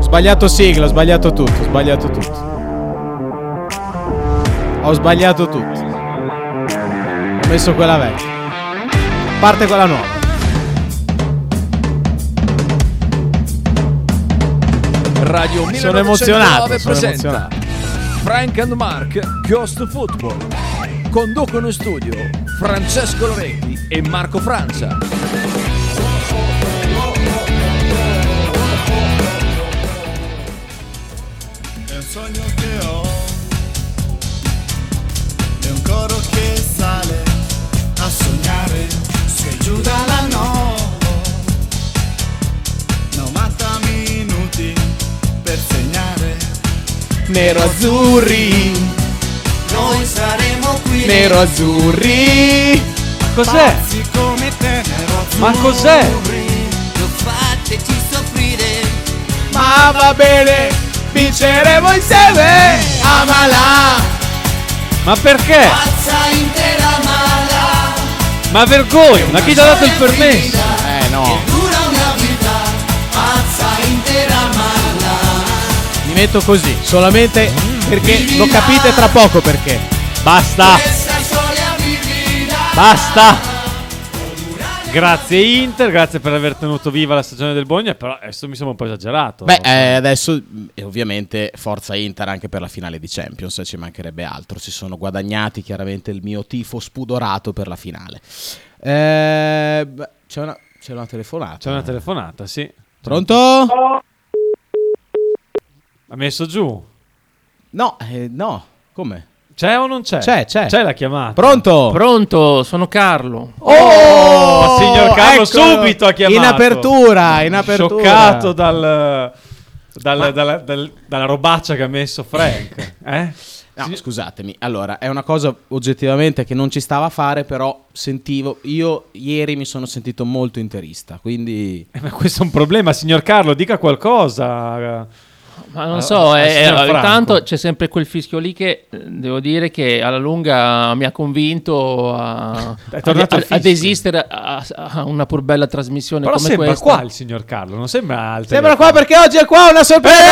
sbagliato sigla, ho sbagliato tutto, ho sbagliato tutto. Ho sbagliato tutto. Ho messo quella vecchia. Parte quella nuova. Radio 1909 Sono emozionato, sono presenta emozionato. Frank and Mark Ghost Football. Conducono in studio Francesco Loretti e Marco Francia. È un sogno che ho, è un coro che sale a sognare, sei giù dalla novo, 90 minuti per segnare, Nero azzurri, noi saremo qui, nero azzurri. Cos'è? pazzi come te, nero azzurri, Ma cos'è? non fateci soffrire, Ma va bene, vinceremo insieme. Amala. Ma perché? pazza intera mala, Ma vergogna, ma chi ti ha dato il permesso? Eh, no. dura una vita, pazza intera mala. Mi metto così, solamente perché lo capite tra poco perché. Ah. Basta, Questa storia mi guida basta. Grazie Inter, grazie per aver tenuto viva la stagione del Bologna, però adesso mi sembra un po' esagerato. Beh, eh, adesso mh, e ovviamente forza Inter anche per la finale di Champions, ci mancherebbe altro. Si sono guadagnati chiaramente il mio tifo spudorato per la finale. Eh, beh, c'è, una, c'è una telefonata. C'è una telefonata, sì. Pronto? Ha messo giù. No, eh, no. Come? C'è o non c'è? C'è, c'è. C'è la chiamata. Pronto? Pronto, sono Carlo. oh, signor Carlo, eccolo. subito ha chiamato. In apertura, in apertura. Scioccato dal- dal- dalla- dal- dalla robaccia che ha messo Frank. eh? No, scusatemi, allora è una cosa oggettivamente che non ci stava a fare, però sentivo, io ieri mi sono sentito molto interista, quindi... Eh, Ma questo è un problema, signor Carlo, dica qualcosa. Ma non Ah, so, ah, eh, signor Franco. intanto c'è sempre quel fischio lì che eh, devo dire che alla lunga mi ha convinto a, È tornato a- al a- a fischio. desistere a, a una pur bella trasmissione Però come sembra questa. qua il signor Carlo, non sembra altro. Sembra qua perché oggi è qua una sorpresa!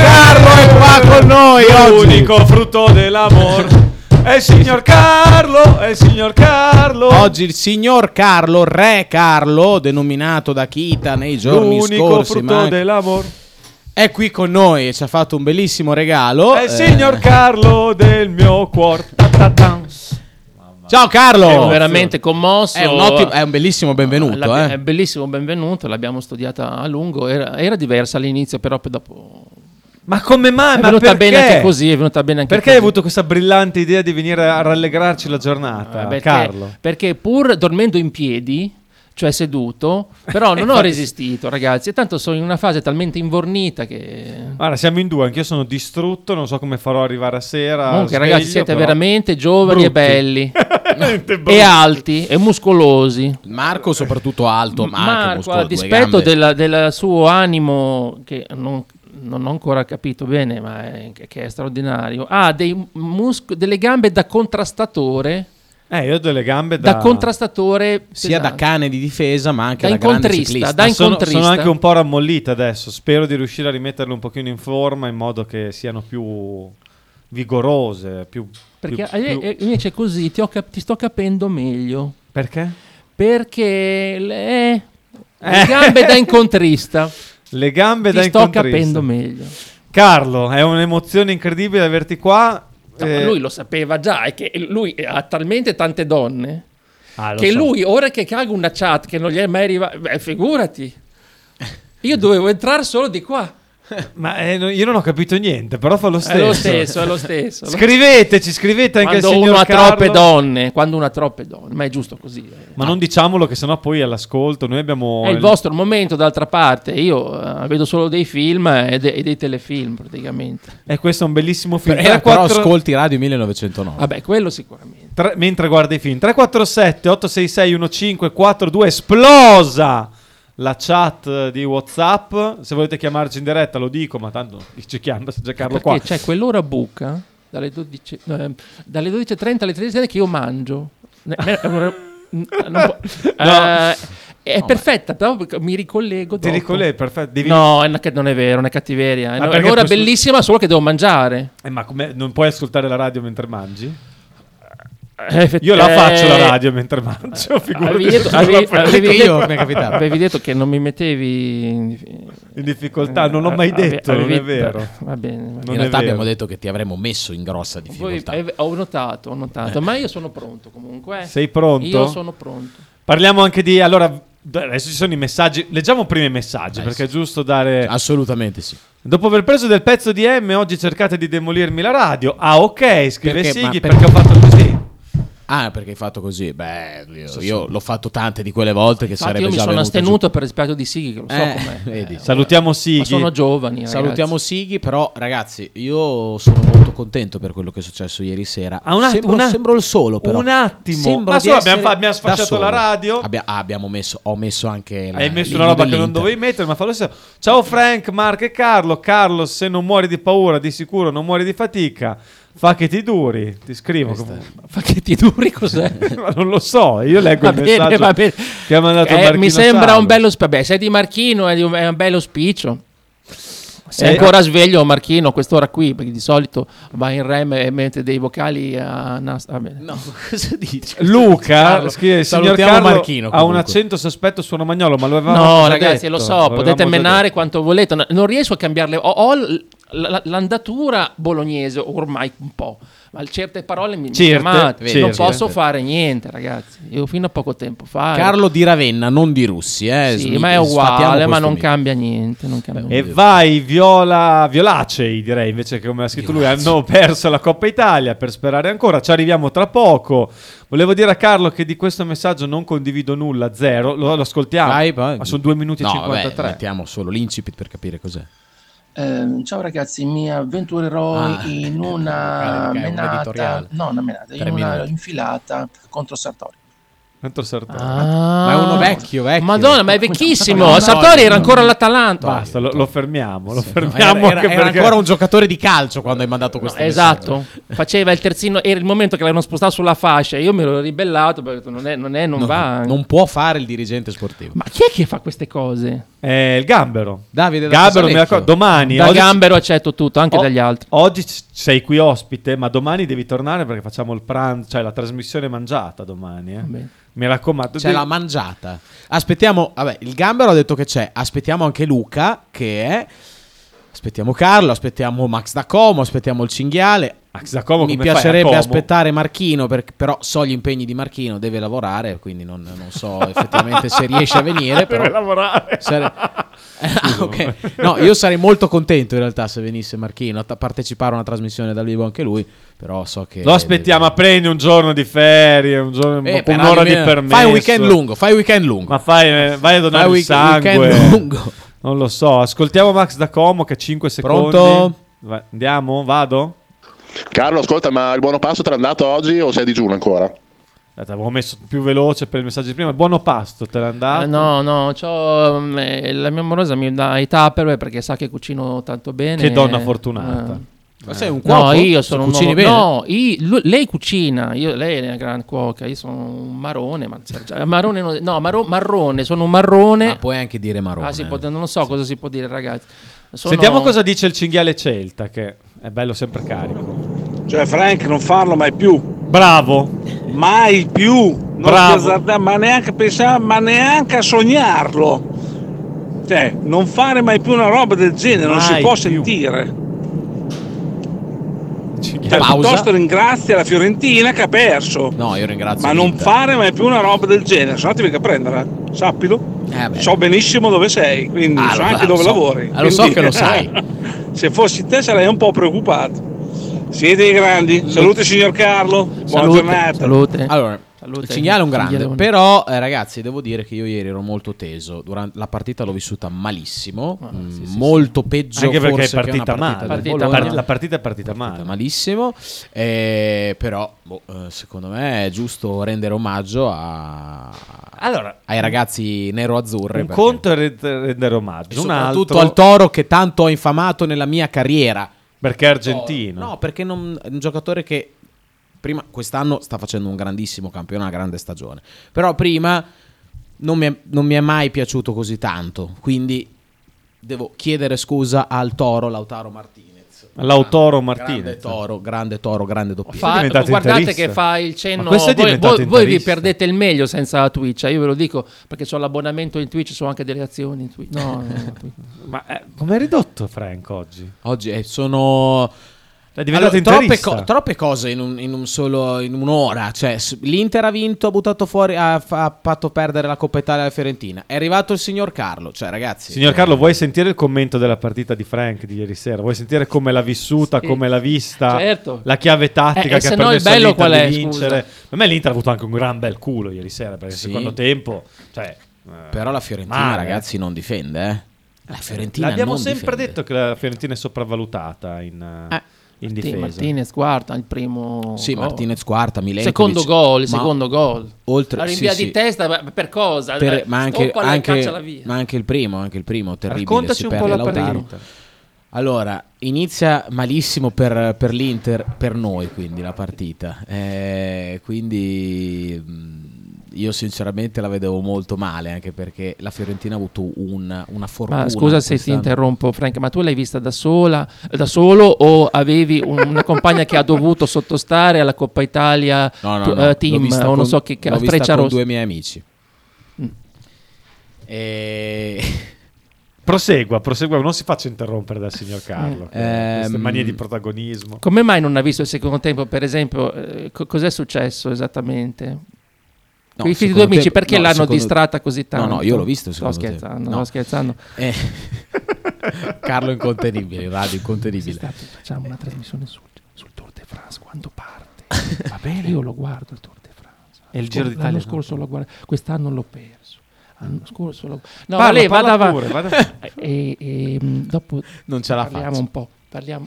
Carlo è qua con noi oggi! L'unico frutto dell'amor è il signor Carlo, è il signor Carlo. Oggi il signor Carlo, re Carlo, denominato da Kita nei giorni l'unico scorsi, frutto ma anche- dell'amor è qui con noi e ci ha fatto un bellissimo Oh, regalo. è il Eh, signor Carlo del mio cuore. Ta ta ta. Ciao Sono Carlo! veramente commosso. È un, ottimo, è un bellissimo benvenuto, L'abbi- È eh. bellissimo, benvenuto, l'abbiamo studiata a lungo, era, era diversa all'inizio, però poi dopo Ma come mai? è Eh, Ma venuta perché? bene anche così, è venuta bene anche Perché hai così. avuto questa brillante idea di venire a rallegrarci la giornata, Eh, perché, Carlo? perché pur dormendo in piedi, cioè seduto, però non ho resistito, ragazzi. E tanto sono in una fase talmente invornita che. Guarda, siamo in due, anch'io sono distrutto, non so come farò arrivare a Ah, sera. Comunque, sveglio, ragazzi, siete però- veramente giovani e Brutti. belli, Veramente e brutto. alti, e muscolosi. Marco soprattutto alto, ma anche Marco, muscolo, a due dispetto gambe. della- del suo animo, che non, non ho ancora capito bene, ma è, che è straordinario, ha dei musco- delle gambe da contrastatore, Eh, io ho delle gambe da... da, contrastatore sia da pesanti. cane di difesa, ma anche Da da, grande incontrista, ciclista. da- Ma sono, incontrista. sono anche un po' rammollite adesso. Spero di riuscire a rimetterle un pochino in forma in modo che siano più vigorose. Più, Perché più- eh, più- eh, invece così ti, ho cap- ti sto capendo meglio. perché? Perché le, le Eh. gambe da incontrista. Le gambe ti da sto incontrista. capendo meglio. Carlo, è un'emozione incredibile averti qua. No, ma Eh, Lui lo sapeva già, è che lui ha talmente tante donne ah, lo che so. lui, ora che cago una chat che non gli è mai arrivata, beh, figurati. Io dovevo entrare solo di qua. Ma eh, no, io non ho capito niente, però fa lo È stesso. Eh, lo stesso, è lo stesso. Scriveteci, scrivete anche quando al uno signor ha Carlo. troppe donne, quando uno ha troppe donne, ma è giusto così. eh. Ma non diciamolo che sennò poi all'ascolto noi abbiamo È il vostro momento, d'altra parte. Io eh, vedo solo dei film e, de- e dei telefilm, praticamente. E Eh, questo è un bellissimo film. Però, 34 però ascolti Radio 1909. Vabbè, quello sicuramente. Tre- mentre guarda i film 347 866 1542 esplosa la chat di Whatsapp se volete chiamarci in diretta lo dico ma tanto ci chiama se c'è Carlo Eh, qua Perché c'è quell'ora buca dalle, 12, no, ehm, dalle 12.30 alle 13.00 che io mangio. Ne- ne- non- non può- No. Eh, È perfetta, però mi ricollego. Ti dopo. ricolle, perfetto. Devi... No, è una ca- non è vero, è una cattiveria. È Ma una- è perché un'ora questo- bellissima, solo che devo mangiare. Eh, ma come- non puoi ascoltare la radio mentre mangi? Eh, effett- Io la eh, faccio la radio mentre eh, mangio, figurati Avevi se non detto, la avevi- prendo avevi Io, detto- mi è capitato. avevi detto che non mi mettevi in, in difficoltà. Non Eh, l'ho mai Ave- detto, non avevi- è vero. Va bene. va bene. Eh, Non In è realtà vero. abbiamo detto che ti avremmo messo in grossa Voi- difficoltà. eh, ho notato, ho notato, ma io sono pronto comunque. eh. Sei pronto? Io sono pronto. Parliamo anche di... Allora, d- adesso ci sono i messaggi. Leggiamo prima i messaggi, Dai, perché è Eh, sì. Cioè, giusto dare... Eh, Assolutamente sì. Dopo aver preso del pezzo di M, oggi cercate di demolirmi la radio. Ah, ok, scrive Perché? Ma perché- Sighi, perché ho fatto così. Ah, perché hai fatto così? Beh, io, io l'ho fatto tante di quelle volte che Infatti sarebbe io mi già sono venuta giù. astenuto per rispetto di Sighi, che lo so Eh, com'è. vedi. Eh, Salutiamo ma Sighi. sono giovani. ragazzi. Salutiamo Sighi, però ragazzi, io sono molto contento per quello che è successo ieri sera. Ah, un attimo, sembro, un att- sembro il solo, però. un attimo. Sembro Ma di solo essere abbiamo fa- abbiamo da sfasciato solo. la radio. Abbia- ah, abbiamo messo, ho messo anche la, Eh, Hai messo l'inno una roba che dell'Inter. non dovevi mettere, ma fallo stesso. Ciao Frank, Mark e Carlo. Carlo, se non muori di paura, di sicuro non muori di fatica. Fa che ti duri. Ti scrivo. comunque. Fa che ti duri cos'è? ma non lo so, io leggo Va il bene, messaggio va bene. che ha mandato Eh, Marchino mi sembra Salvo. un bello sp- Beh, sei di Marchino, è di un- è un bello spiccio. Sei Eh, ancora sveglio, Marchino, a quest'ora qui, perché di solito va in rem e mette dei vocali a nas- va bene. No, cosa dici? Luca Carlo, scrive: Signor salutiamo Carlo Marchino, ha un comunque." accento sospetto suono magnolo, ma lo No, avevamo già ragazzi, detto, lo so, avevamo potete già menare detto. quanto volete. no- Non riesco a cambiarle. Ho, ho l- l- l'andatura bolognese ormai un po', ma certe parole mi, mi Certe, chiamate. vedi, non certe. posso fare niente, ragazzi. Io fino a poco tempo fa. ero- Carlo di Ravenna, non di Russi, eh. Sì, smi- ma è sfatiamo uguale, ma questo non mito. cambia niente. Non cambia Eh, niente. E vai Viola Violacei, direi invece che come ha scritto lui, hanno perso la Coppa Italia per sperare ancora. Ci arriviamo tra poco. Volevo dire a Carlo che di questo messaggio non condivido nulla, zero. Lo, lo ascoltiamo. Vai, vai. Ma sono 2 minuti No, e vabbè, 53. mettiamo solo l'incipit per capire cos'è. Ehm, ciao ragazzi, mi avventurerò Ah, in guarda una che è un menata, editoriale. no, una menata, in Tre una minuti. infilata contro Sartori. Tanto Ah, Sartori. Ma è uno vecchio, vecchio. Ah. Madonna, ma è vecchissimo. No, no, Sartori era no. ancora all'Atalanta. Basta, lo, lo fermiamo. Lo No, fermiamo era, era- anche era perché- ancora un giocatore di calcio quando hai mandato questo messaggio. Esatto, faceva il terzino. Era il momento che l'hanno spostato sulla fascia. Io me l'ho ribellato perché ho detto, non è, non, è, non No, va. non può fare il dirigente sportivo. Ma chi è che fa queste cose? Eh, il Gambero. Davide da Gambero, mi Casalecchio. raccomando, domani. Da oggi- Oh. Gambero accetto tutto, anche o- dagli altri. Oggi ci- sei qui ospite, ma domani devi tornare perché facciamo il pranzo, cioè la trasmissione mangiata domani. eh. bene. Mi raccomando. C'è devi- la mangiata. Aspettiamo, vabbè, il gambero ha detto che c'è. Aspettiamo anche Luca, che è. Aspettiamo Carlo, aspettiamo Max da Como, aspettiamo il cinghiale. Max da Ah, Como, Mi come fai a piacerebbe Como? aspettare Marchino, per- però so gli impegni di Marchino, deve lavorare, quindi non, non so effettivamente se riesce a venire. Però Deve lavorare. sare- Ah, ok. No, io sarei molto contento in realtà se venisse Marchino a ta- partecipare a una trasmissione dal vivo anche lui, però so che... Lo aspettiamo, ma prendi un giorno di ferie, un giorno, Eh, però un'ora di almeno- permesso. Fai un weekend lungo, fai un weekend lungo. Ma fai, eh, vai a donare Fai il week- sangue. Eh. weekend lungo. Non lo so, ascoltiamo Max da Como che 5 secondi. Pronto? Va- Andiamo, vado. Carlo, ascolta, ma il buono pasto te l'ha andato oggi o sei a digiuno ancora? Aspetta, avevo messo più veloce per il messaggio di prima. Buono pasto, te l'ha andato? Eh, no, no, c'ho, mm, eh, la mia morosa mi dà i tupperware perché sa che cucino tanto bene. Che donna fortunata. Eh. Ma sei un cuoco? No, io sono un Cucini uomo- bene? No, i- lu- lei cucina, io- lei è una gran cuoca, io sono un marrone, ma cioè, marrone non- no, marro- marrone, sono un marrone. Ma Ah, puoi anche dire Eh. marrone. Ah, si può- non so cosa si può dire, ragazzi. Sono- Sentiamo cosa dice il cinghiale Celta, che è bello sempre carico. Cioè Frank non farlo mai più, Bravo, mai più, non Bravo. ti azzardare, ma neanche pensare, ma neanche a sognarlo. Cioè, non fare mai più una roba del genere, non si Mai può più. sentire. Cioè, cinghiale. Pausa. piuttosto ringrazia la Fiorentina che ha perso. No, io ringrazio. Ma non l'Inter. fare mai più una roba del genere, se no ti venga a prendere, sappilo. Eh, beh. So benissimo dove sei, quindi Ah, so lo- anche ah, lo dove so. lavori. Ah, lo so Quindi, che lo sai. se fossi te sarei un po' preoccupato. Siete i grandi. Salute signor Carlo, buona Salute, giornata. salute. Allora, Salute, il Eh? cinghiale è un grande, cinghialone. però eh, ragazzi devo dire che io ieri ero molto teso, durante la partita l'ho vissuta malissimo, mm, molto peggio Anche perché forse è che una partita partita del male. Partita Bologna. male. la partita è partita È male. malissimo, eh, però boh, eh, secondo me è giusto rendere omaggio a- Allora, ai ragazzi nero-azzurri. un perché- conto è red- rendere e omaggio, un soprattutto altro al toro che tanto ho infamato nella mia carriera. perché è argentino. No, perché non- è un giocatore che prima, quest'anno sta facendo un grandissimo campione, una grande stagione. Però prima non mi, è, non mi è mai piaciuto così tanto. Quindi devo chiedere scusa al toro Lautaro Martinez. Lautaro Grande Martinez. toro, grande toro, grande doppiatore. È Fa- diventato guardate interista. che fa il Ma cenno. questo è Voi, diventato voi- voi vi interista. perdete il meglio senza la Twitch. eh, Io ve lo dico perché ho l'abbonamento in Twitch, sono anche delle azioni in Twitch. No, no, no, Twitch. Ma eh, come è ridotto Frank oggi? Oggi eh, sono È diventato Allora, troppe, interista. co- troppe cose in, un, in un solo in un'ora. Cioè, s- l'Inter ha vinto, ha buttato fuori, ha, fa- ha fatto perdere la Coppa Italia alla Fiorentina. È arrivato il signor Carlo. Cioè, ragazzi, Signor Carlo, vuoi sentire il commento della partita di Frank di ieri sera? Vuoi sentire come l'ha vissuta, Sì. come l'ha vista, Certo. la chiave tattica Eh, eh, che se ha no il permesso bello all'Inter qual è, di vincere? scusa? Per me l'Inter ha avuto anche un gran bel culo ieri sera, perché il Sì. secondo tempo... Cioè, eh, però la Fiorentina, male. ragazzi, non difende. eh. La Fiorentina L'abbiamo non sempre difende. detto che la Fiorentina è sopravvalutata in, eh, Eh, in Sì, difesa. Martinez quarta, il primo. Sì, gol. Martinez quarta, Milenkovic. Secondo gol, Ma secondo gol. oltre- la rinvia sì, di sì. testa ma per cosa? per- ma, anche, Stoppa la anche- caccia alla via. ma anche il primo, anche il primo, terribile. Raccontaci si un perde po' la Lautaro. partita. Allora, inizia malissimo per, per l'Inter, per noi quindi la partita. Eh, quindi mh, io sinceramente la vedevo molto male, anche perché la Fiorentina ha avuto un- una fortuna. Ma scusa se ti quest'anno. interrompo, Frank, ma tu l'hai vista da sola, da solo o avevi un- una compagna che ha dovuto sottostare alla Coppa Italia No, no, tu- no, eh, l'ho team vista o non con- so che l'ho cazzo, vista Freccia con Rossa? Mm. due miei amici. E... Prosegua, prosegua, non si faccia interrompere dal signor Carlo. che ha queste Ehm, manie di protagonismo. Come mai non ha visto il secondo tempo, per esempio, eh, co- cos'è successo esattamente? No, I figli secondo due amici tempo- perché no, l'hanno secondo- distratta così No, tanto? no, io l'ho visto il Sto secondo tempo. scherzando, No. sto scherzando. Eh, Carlo incontenibile, radio incontenibile. Facciamo una trasmissione sul, sul Tour de France quando parte. Va bene, io lo guardo il Tour de France. E il Giro Scor- d'Italia L'anno no? scorso l'ho guardato, quest'anno l'ho perso. L'anno scorso l'ho No, Parla, lei parla vada avanti. pure, vada- E, e, mh, dopo Non ce la parliamo faccio. un po'. Parliamo.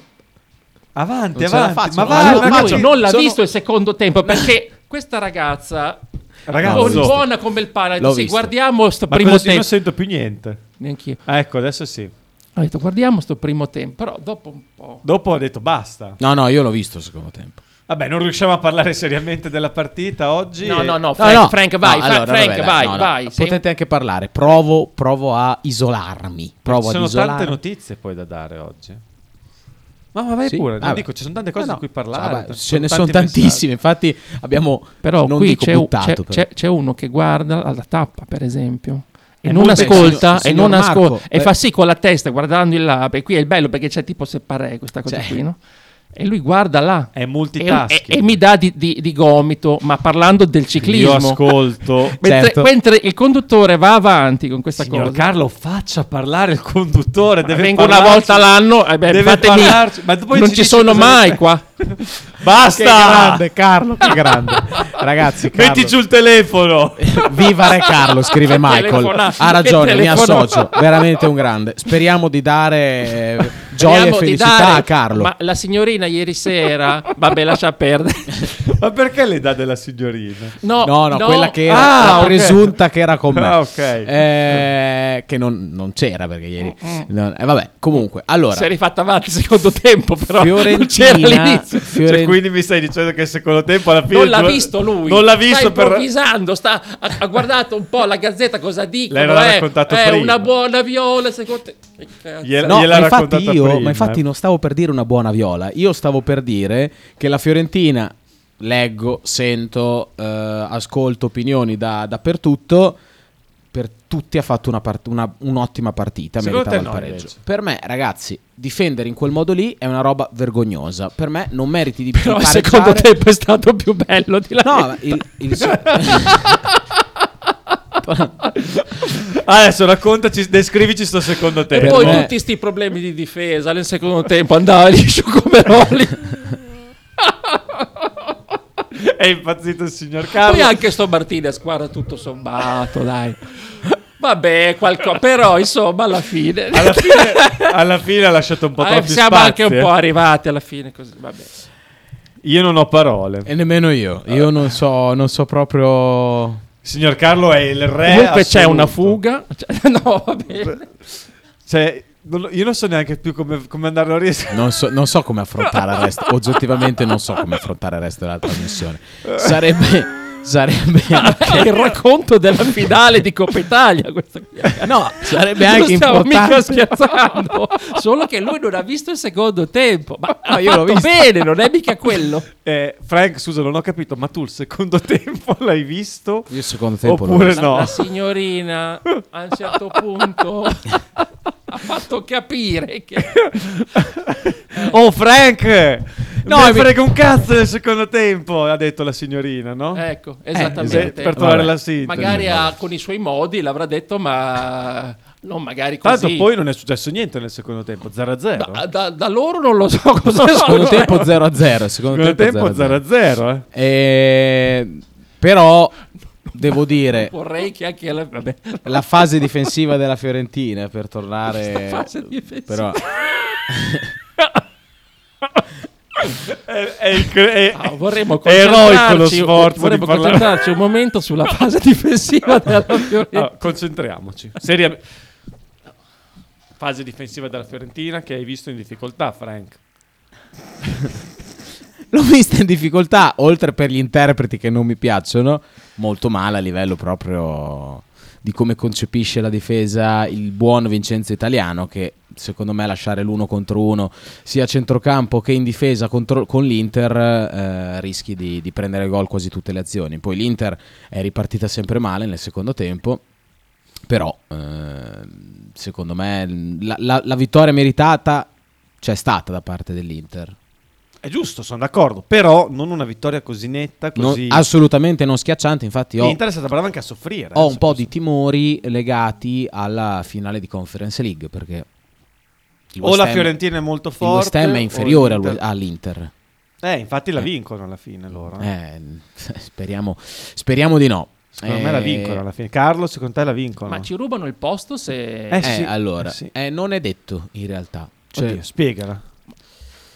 Avanti, Non ce la avanti. faccio, ma non Cioè, ce va, la Lui ragazzi, faccio. non l'ha sono- visto il secondo tempo perché questa ragazza Ragazzo, bu- buona come il pane. ha detto, L'ho Sì, visto. guardiamo sto ma primo cosa- io non tempo. sento più niente. Neanch'io. Ah, ecco, adesso sì. Ho detto guardiamo sto primo tempo, però dopo un po'. Dopo ho detto basta. No, no, io l'ho visto il secondo tempo. Vabbè, non riusciamo a parlare seriamente della partita oggi. No, e- no, no, No, Frank, no. Frank, No, vai, Fra- allora, Frank, vabbè, dai, vai, no, no. vai. Sei- Potete anche parlare. Provo, provo a isolarmi. Provo ci ad sono tante isolarmi. notizie poi da dare oggi. Ma, ma vai Sì, pure. vabbè. Dico, ci sono tante cose No, no. di cui parlare. Vabbè, tanti- ce ne tanti sono messaggi. tantissime. Infatti, abbiamo Però non qui dico c'è, buttato, c'è- però. c'è- c'è uno che guarda alla tappa, per esempio. E Eh, non molto- ascolta, Beh, e, signor- non signor ascol- Marco, e eh. fa sì con la testa guardando in là. E qui è il bello perché c'è tipo separé questa cosa Cioè. qui, no? E lui guarda là È e, multitasking. e- e mi dà di, di- di gomito, ma parlando del ciclismo. Io ascolto. mentre, certo. mentre il conduttore va avanti con questa Signor cosa. Carlo, faccia parlare il conduttore. Deve Vengo una parlarci. volta l'anno, eh beh, Deve fatemi- parlarci, ma poi non ci ci dici sono cosa- mai qua. Che Basta! grande, Carlo, che grande. Ragazzi, Carlo- Ah. Metti giù il telefono. Viva Re Carlo, scrive Michael. Telefonate. Ha ragione, mi Telefonate. associo. Veramente un grande. Speriamo di dare eh, gioia e Speriamo di felicità dare- a Carlo. Ma la signorina ieri sera, vabbè, lascia perdere. ma perché le dà della signorina? Cioè, No, No, no, quella che era Ah, la ok. presunta che era con me. Ah, ok. Eh, che non, non c'era perché ieri. no, eh, vabbè, comunque, allora. si è rifatta avanti il secondo tempo, però non c'era Fiorentina, all'inizio. Fioren- Cioè, quindi mi stai dicendo che il secondo tempo alla fine. Non l'ha due- visto lui. Non l'ha visto sta per. improvvisando, sta, ha, ha guardato un po' la gazzetta cosa dicono. Lei non l'ha eh, raccontato è prima. una buona viola, secondo te. Che cazzo. Gliela- No, gliel'ha ma infatti raccontata io, prima, ma infatti eh. non stavo per dire una buona viola, io stavo per dire che la Fiorentina, leggo, sento, eh, ascolto opinioni da- dappertutto, per tutti ha fatto una part- una- un'ottima partita, meritava Secondo te il no, pareggio. invece? Per me, ragazzi, difendere in quel modo lì è una roba vergognosa, per me non meriti di più Però il pareggiare. secondo tempo è stato più bello di là. No, ma il, il se- Ah, Adesso raccontaci, descrivici sto secondo e tempo. per poi me- tutti sti problemi di difesa nel secondo tempo andava liscio come Rolli. È impazzito il signor Carlo. Poi anche sto Martinez guarda tutto sommato, dai. Vabbè, qualcosa, però insomma alla fine Alla fine, alla fine ha lasciato un po' Eh, troppi siamo spazi, anche un eh. po' eh. arrivati alla fine così, vabbè. Io non ho parole. e nemmeno io, io non so, non so proprio... Signor Carlo è il re. Comunque c'è Eh, assoluto. una fuga. Cioè, no, va bene. Cioè, non lo- io non so neanche più come, come andarlo a riesco. Non so, non so come affrontare il resto. Oggettivamente non so come affrontare il resto della trasmissione. Sarebbe Sarebbe È il racconto della finale di Coppa Italia. questo qui. No, sarebbe Non anche stiamo mica importante. scherzando. Solo che lui non ha visto il secondo tempo. Ma No, io io l'ho l'ho visto. bene, non è mica quello. Eh, Frank, scusa, non ho capito, ma tu il secondo tempo l'hai visto? Io il secondo tempo l'ho Oppure La, no? la signorina a un certo punto ha fatto capire che Oh Frank! No, No, mi mi- frega un cazzo del secondo tempo, ha detto la signorina, no? Eh, ecco, Eh, Se- esattamente. per trovare Vabbè. la sintesi. magari ha- con i suoi modi l'avrà detto, ma non magari così. Tanto poi non è successo niente nel secondo tempo, 0-0. da, da- da loro non lo so cosa Secondo sono. tempo 0 a 0. Secondo Secondo tempo tempo 0 a 0-0, eh. 0. Però devo dire Vorrei che anche la, vabbè, la fase difensiva della Fiorentina per tornare fase difensiva. però È, eh. Eh, è incre- è- Ah, vorremmo è eroico lo concentrarci, sforzo di vorremmo parlare. concentrarci un momento sulla fase difensiva della Fiorentina. Allora, concentriamoci. Seriamente. Fase difensiva della Fiorentina che hai visto in difficoltà, Frank. l'ho vista in difficoltà, oltre per gli interpreti che non mi piacciono, molto male a livello proprio di come concepisce la difesa il buon Vincenzo Italiano che secondo me lasciare l'uno contro uno sia a centrocampo che in difesa contro- con l'Inter eh, rischi di, di prendere gol quasi tutte le azioni. Poi l'Inter è ripartita sempre male nel secondo tempo, però ehm, secondo me la- la- la vittoria meritata c'è stata da parte dell'Inter. È giusto, sono d'accordo, però non una vittoria così netta, Non- così... assolutamente non schiacciante. Infatti, ho, L'Inter è stata brava anche a soffrire. ho eh, un po' di timori legati alla finale di Conference League. Perché il O West la Ham- Fiorentina è molto il forte. West Ham è o inferiore al- l'Inter- all'Inter. Eh, infatti la vincono alla fine loro. Eh, eh. speriamo, speriamo di no. Secondo Eh, me la vincono alla fine. Carlo, secondo te la vincono? Ma ci rubano il posto se Ah. Eh, Eh, sì, allora, eh sì. eh, non è detto in realtà. Cioè, Oddio, spiegala.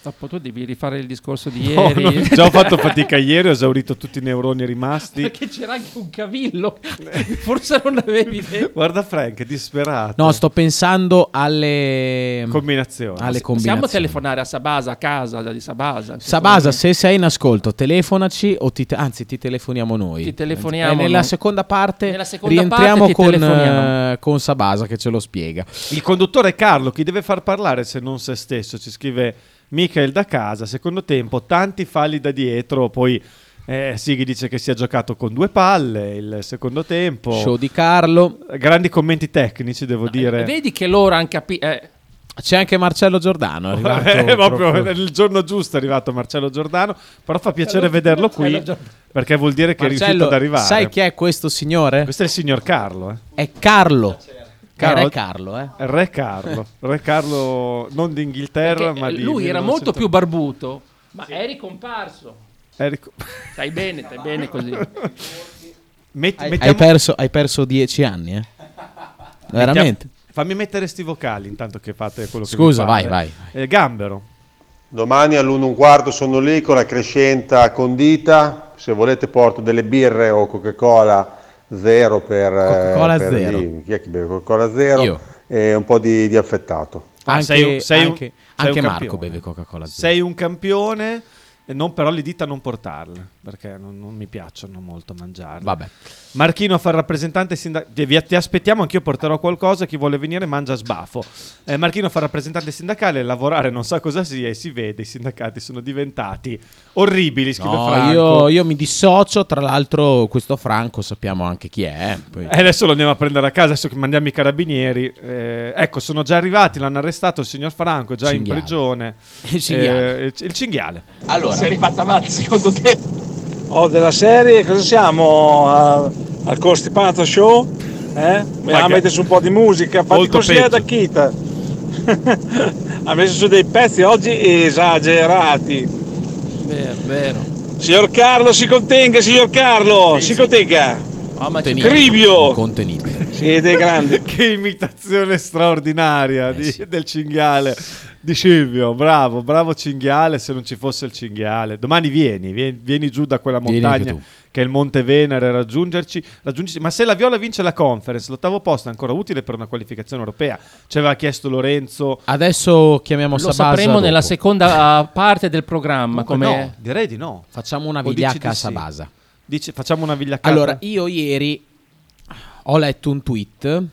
Dopo tu devi rifare il discorso di No, ieri. Oh, no, già ho fatto fatica ieri, ho esaurito tutti i neuroni rimasti. Perché c'era anche un cavillo. Forse non avevi detto. Guarda Frank, è disperato. no, sto pensando alle Combinazione. alle Possiamo combinazioni. telefonare a Sabasa a casa da- di Sabasa. anche Sabasa, secondo se sei in ascolto, telefonaci o ti te- anzi ti telefoniamo noi. Ti telefoniamo E nella noi. seconda parte Nella seconda rientriamo parte ti con, telefoniamo. eh, con Sabasa che ce lo spiega. Il conduttore è Carlo, chi deve far parlare se non se stesso? Ci scrive Michael da casa, secondo tempo, tanti falli da dietro, poi eh, Sighi dice che si è giocato con due palle il secondo tempo. Show di Carlo. Grandi commenti tecnici, devo me. dire. Eh, Vedi che loro eh, hanno capito. C'è anche Marcello Giordano. È arrivato Eh, proprio proprio- il giorno giusto è arrivato Marcello Giordano, però fa piacere vederlo qui perché vuol dire che è riuscito Marcello, ad arrivare. sai chi è questo signore? Questo è il signor Carlo, eh. È Carlo. Carlo- Era Carlo, eh. Re Carlo, Re Carlo non d'Inghilterra, ma di eh, lui era 1900. molto più barbuto, ma è ricomparso. Eh, ric- Stai bene, stai bene così. Metti- Hai, mettiamo- hai perso, hai perso dieci anni, eh. Veramente. Fammi mettere sti vocali intanto che fate quello Scusa, che vi pare. vai, Eh, Gambero. Domani all'1:15 sono lì con la crescenta condita. Se volete, porto delle birre o Coca-Cola zero per. eh, Coca-Cola per zero. lì. Chi è che beve Coca-Cola zero? Io. E un po' di, di affettato. Ah, Anche, sei un- sei un- anche- sei anche un Marco campione. beve Coca-Cola. zero. Sei un campione, eh, non però le dita non portarle, perché non, non mi piacciono molto mangiarle. Vabbè. Marchino fa il rappresentante sindacale. Ti aspettiamo, anch'io porterò qualcosa. Chi vuole venire mangia a sbafo. Eh, Marchino fa il rappresentante sindacale, lavorare non sa cosa sia e si vede. I sindacati sono diventati orribili. Scrive No, Franco. io, io mi dissocio. Tra l'altro, questo Franco sappiamo anche chi è. eh, poi- E adesso lo andiamo a prendere a casa, adesso che mandiamo i carabinieri. Eh, ecco, sono già arrivati, l'hanno arrestato il signor Franco, è già Cinghiale. in prigione. Il cinghiale. Eh, il- il cinghiale. Allora, sei rifatta male secondo te? Oh, della serie, cosa siamo? A- al costipato show? Eh? Ma Ha che- messo su un po' di musica, fatti Molto consigliare peggio. da Kita. ha messo su dei pezzi oggi esagerati. vero, vero. Signor Carlo, si contenga, signor Carlo, si contenga. Ah, ma ci- Contenibile. Scrivio! Contenibile. Siete grandi. Che imitazione straordinaria di- Eh sì. del cinghiale di Silvio. Bravo, bravo cinghiale. Se non ci fosse il cinghiale, domani vieni, vieni, vieni giù da quella Vieni anche montagna tu. che è il Monte Venere. Raggiungerci, raggiungerci. Ma se la Viola vince la conference, l'ottavo posto è ancora utile per una qualificazione europea. Ci aveva chiesto Lorenzo. Adesso chiamiamo Lo Sabasa. sapremo dopo. nella seconda ah, parte del programma. Comunque Come no, direi di no. Facciamo una O dici vigliacca di a sì. Sabasa. Dice, facciamo una vigliaccata. Allora, io ieri ho letto un tweet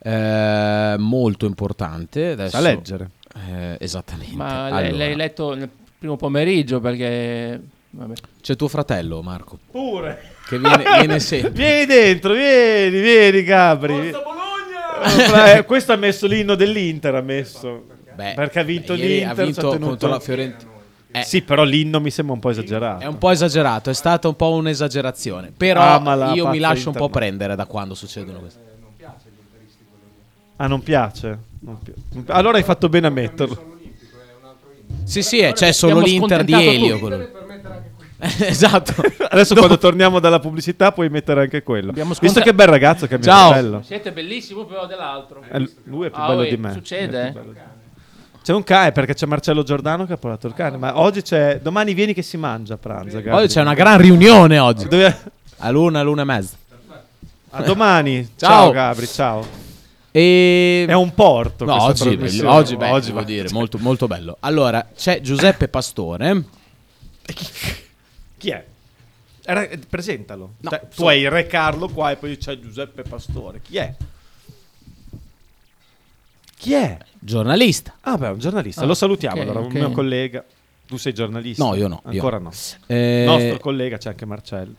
eh, molto importante. Adesso, Da leggere. Eh, esattamente. Ma Allora, l'hai- l'hai letto nel primo pomeriggio perché... Vabbè. C'è tuo fratello, Marco. Pure. Che viene, viene sempre. Vieni dentro, vieni, vieni Gabri. Bologna! questo ha messo l'inno dell'Inter, ha messo. Beh, perché ha vinto beh, ieri l'Inter, ha ci ha vinto tenuto- contro la Fiorentina. Eh. Sì, però l'inno mi sembra un po' esagerato. È un po' esagerato, è stata un po' un'esagerazione. Però Ah, ma la io mi pazza lascio un po' Inter- prendere da quando succedono queste cose. Ah, non piace? Non pi- non pi- Allora hai fatto bene a metterlo. Sì, sì, eh, c'è solo abbiamo l'Inter di scontentato Elio. tutti. quello. esatto. Adesso quando torniamo dalla pubblicità puoi mettere anche quello. Abbiamo Visto sconta- che bel ragazzo che è mio Ciao. fratello. Siete bellissimi però dell'altro. Eh, l- lui è più Ah, bello uè, di me. È succede, eh? più bello di me. C'è un cane perché c'è Marcello Giordano che ha portato il cane. Ma oggi c'è. Domani vieni che si mangia a pranzo. Gabri. Poi c'è una gran riunione oggi. Dove- All'una, all'una e mezza. A domani. ciao. Ciao. Gabri, ciao. E... È un porto. No, questa oggi, trasmissione. bello, oggi, bello, Oggi devo va- dire, molto, molto bello. Allora, c'è Giuseppe Pastore. Chi è? Era- presentalo. Cioè, tu hai il Re Carlo qua e poi c'è Giuseppe Pastore. Chi è? Chi è? giornalista. Ah, beh, è un giornalista. Lo salutiamo ok, allora, ok. un mio collega. Tu sei giornalista? No, io no, io Ancora no. no. Eh, Nostro collega c'è anche Marcello.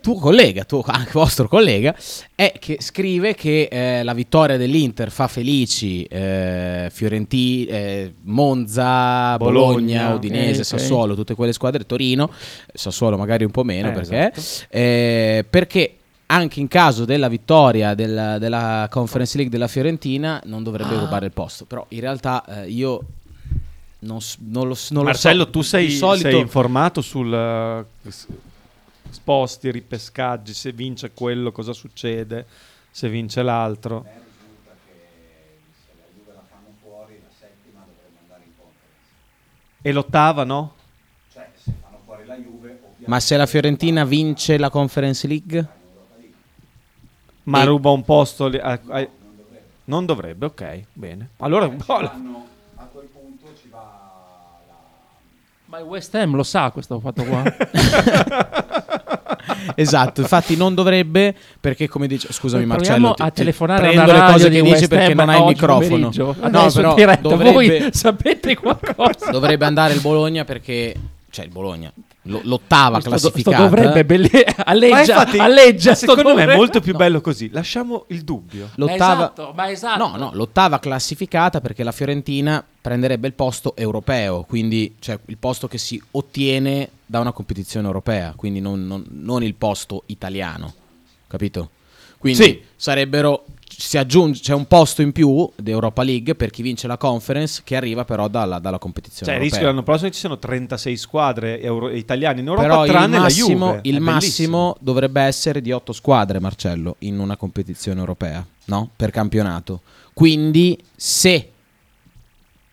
tuo collega, tuo anche vostro collega, è che scrive che eh, la vittoria dell'Inter fa felici eh, Fiorenti- eh, Monza, Bologna, Bologna. Udinese, Ok, ok. Sassuolo, tutte quelle squadre, Torino, Sassuolo magari un po' meno Eh, perché, eh, perché anche in caso della vittoria della, della Conference League della Fiorentina non Ah. dovrebbe rubare il posto, però in realtà eh, io... Non, s- non lo, s- non lo so. Marcello, tu sei, Di solito- sei informato sul eh, s- sposti, ripescaggi, se vince quello cosa succede, se vince l'altro. E l'ottava no? Ma se la Fiorentina vince la Conference League? Ma E- ruba un posto. li- a- a- non dovrebbe, ok, bene. Allora, boh, Ma il West Ham lo sa questo fatto qua. Esatto, infatti non dovrebbe perché come dice scusami Proviamo Marcello ti- a ti telefonare a prendo una le radio cose di che West dici perché Ham non hai il oggi microfono. pomeriggio. No, Adesso però in diretta, dovrebbe, voi sapete qualcosa. dovrebbe andare il Bologna perché cioè il Bologna lo- l'ottava eh. Questo do- sto classificata. dovrebbe belle- alleggia, eh. ma infatti, alleggia, sto secondo me è dovrebbe- molto più bello così. Lasciamo il dubbio. l'ottava Esatto, ma esatto. No, no, l'ottava classificata perché la Fiorentina prenderebbe il posto europeo, quindi cioè il posto che si ottiene da una competizione europea, quindi non, non- non il posto italiano, capito? Quindi Sì. sarebbero, si aggiunge, c'è un posto in più d'Europa League per chi vince la conference che arriva però dalla, dalla competizione Cioè, il europea. rischio che l'anno prossimo ci siano 36 squadre euro- italiane in Europa, però il tranne massimo, la Juve. il È bellissimo. massimo dovrebbe essere di otto squadre, Marcello, in una competizione europea, no? Per campionato. Quindi se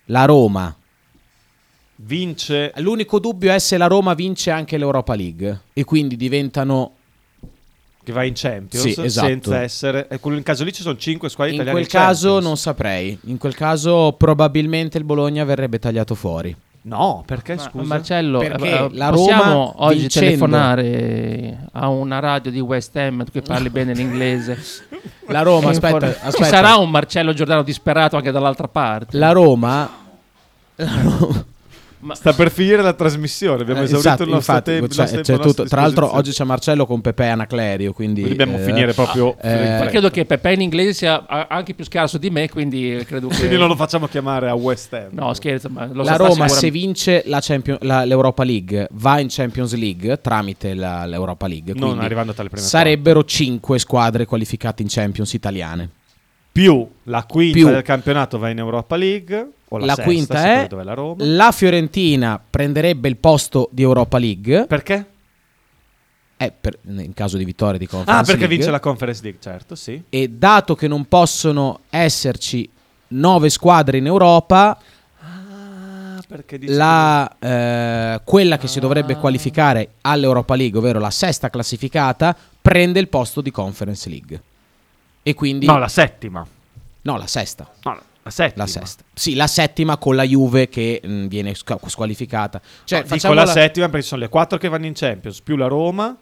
la Roma, vince l'unico dubbio è se la Roma vince anche l'Europa League e quindi diventano che va in Champions Sì, esatto. senza essere e in caso lì ci sono 5 squadre in italiane quel caso Champions. non saprei. In quel caso probabilmente il Bologna verrebbe tagliato fuori. no perché scusa Marcello, Perché eh, la possiamo Roma, oggi vincendo- telefonare a una radio di West Ham che parli bene l'inglese? La Roma, E aspetta, inform- aspetta. Ci sarà un Marcello Giordano disperato anche dall'altra parte. La Roma la Roma- sta per finire la trasmissione abbiamo Eh, esaurito esatto, il nostro infatti, tempo, c'è- il nostro c'è tempo a tutto. nostra Tra l'altro disposizione. oggi c'è Marcello con Pepe Anaclerio, quindi Quindi dobbiamo eh, finire proprio eh, Perché credo che Pepe in inglese sia a- anche più scarso di me, quindi credo che... quindi non lo facciamo chiamare a West Ham No, scherzo, ma lo la saprà Roma se sicuramente. vince la Champion- la- l'Europa League va in Champions League tramite la- l'Europa League, non quindi arrivando alle prime sarebbero 5 squadre qualificate in Champions italiane. quattro. più la quinta Più. del campionato va in Europa League o la, la sesta, quinta secondo è dove la Roma la Fiorentina prenderebbe il posto di Europa League perché? eh, per- in caso di vittoria di Conference ah perché League. vince la Conference League certo sì e dato che non possono esserci 9 squadre in Europa ah perché dice la, eh, quella che si dovrebbe Ah. qualificare all'Europa League, ovvero la sesta classificata, prende il posto di Conference League. E quindi no la settima no, la sesta. No, La settima. sesta. Sì, la settima con la Juve che mh, viene sca- squalificata. Cioè, Dico la facciamola- settima perché sono le quattro che vanno in Champions, più la Roma,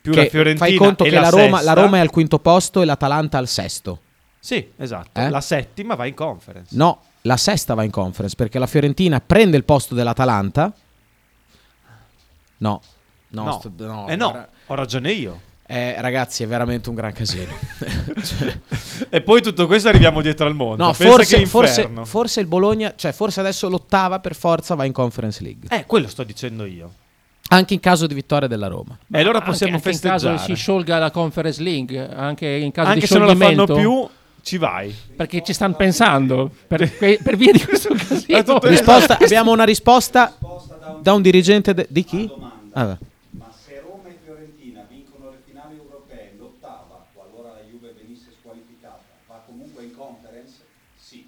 più che la Fiorentina Fai conto e che la, Roma, la sesta. Roma è al quinto posto e l'Atalanta al sesto. Sì, esatto. Eh? La settima va in conference. No, la sesta va in conference perché la Fiorentina prende il posto dell'Atalanta. No, no, No. sto- no, Eh no, guarda- ho ragione io. Eh, ragazzi, è veramente un gran casino. Cioè- E poi tutto questo arriviamo dietro al mondo. No, Pensa forse, che forse, inferno. forse il Bologna, cioè forse adesso l'ottava per forza va in Conference League. Eh, quello sto dicendo io. Anche in caso di vittoria della Roma. E allora Anche- possiamo anche, in festeggiare. caso si sciolga la Conference League, anche in caso Anche di se non la scioglimento. fanno più, ci vai. Perché ci stanno pensando per, que- per via di questo casino. Risposta- abbiamo una risposta da un dirigente de- di chi? Ah, vabbè.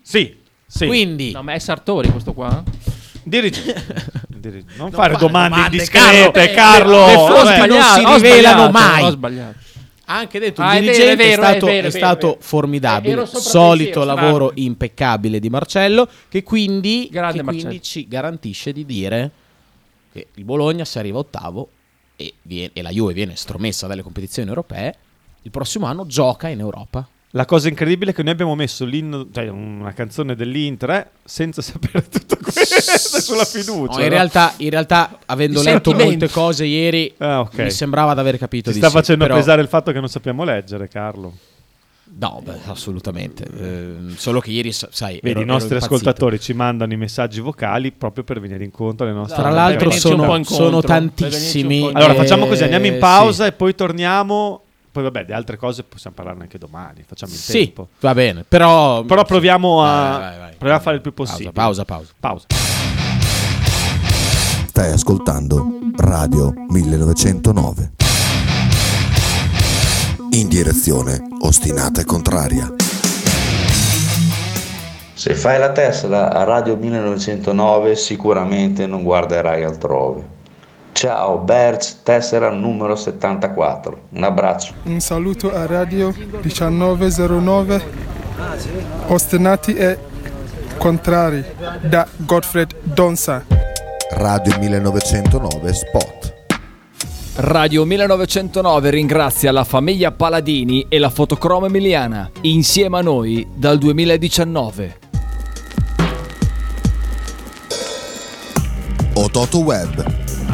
Sì, sì. Quindi, No, ma è Sartori questo qua? Dirigi- dirigi- Non, fare domande, domande, indiscrete, Cioè, Carlo. Carlo. Le Vabbè. fonti non si Eh, ho rivelano sbagliato, mai. Ho sbagliato. anche detto, il Ah, è vero, è dirigente è, vero, è stato, vero, è è vero, stato è vero. formidabile. Ero sopra Solito pensiero, lavoro strano. impeccabile di Marcello, che quindi, Grande che quindi Marcello. ci garantisce di dire che il Bologna, se arriva ottavo e, vie- e la Juve viene stromessa dalle competizioni europee, il prossimo anno gioca in Europa. La cosa incredibile è che noi abbiamo messo l'inno, cioè una canzone dell'Inter eh, senza sapere tutto questo sulla No, fiducia. in, no? realtà, in realtà, avendo Il letto sentimento. molte cose ieri, Ah, ok. mi sembrava di aver capito Ti di sta sì, facendo però- pesare il fatto che non sappiamo leggere, Carlo. No, beh, assolutamente. Ehm, solo che ieri, sa- sai, Vedi, ero- i nostri ero impazzito. ascoltatori ci mandano i messaggi vocali proprio per venire incontro alle nostre Tra No, l'altro, per venirci un po' sono, incontro, sono per venirci un po' tantissimi. incontro. Allora eh, facciamo così, andiamo in pausa sì. e poi torniamo. Poi vabbè, di altre cose possiamo parlarne anche domani, facciamo in Sì, tempo. va bene, però, Però proviamo a, Vai, vai, vai. proviamo a fare il più Pausa, possibile. pausa, pausa. Pausa. Stai ascoltando Radio 1909. In direzione ostinata e contraria. Se fai la testa a Radio 1909 sicuramente non guarderai altrove. Ciao Berz, tessera numero 74. Un abbraccio. Un saluto a Radio 1909, ostinati e contrari, da Gottfried Donza. Radio 1909 Spot. Radio 1909 ringrazia la famiglia Paladini e la fotocromo emiliana, insieme a noi dal 2019. Ototo Web.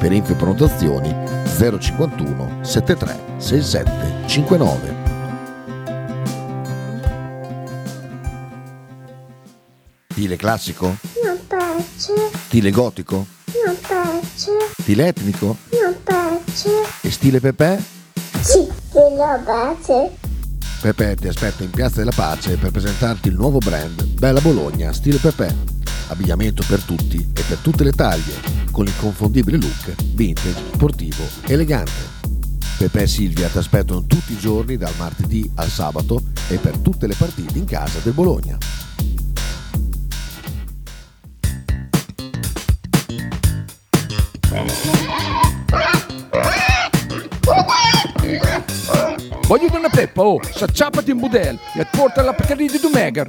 Per info e prenotazioni 051 73 67 59. Stile classico? Non piace, Stile gotico? non piace, Stile etnico? non piace. E stile Pepe? Sì, quello base. Pepe ti aspetta in Piazza della Pace per presentarti il nuovo brand Bella Bologna Stile Pepe. Abbigliamento per tutti e per tutte le taglie, con l'inconfondibile look vintage, sportivo, elegante. Pepe e Silvia ti aspettano tutti i giorni dal martedì al sabato e per tutte le partite in casa del Bologna. Voglio una peppa, oh, s'acciappati in budel e porta la Pcaridi di Dumegar.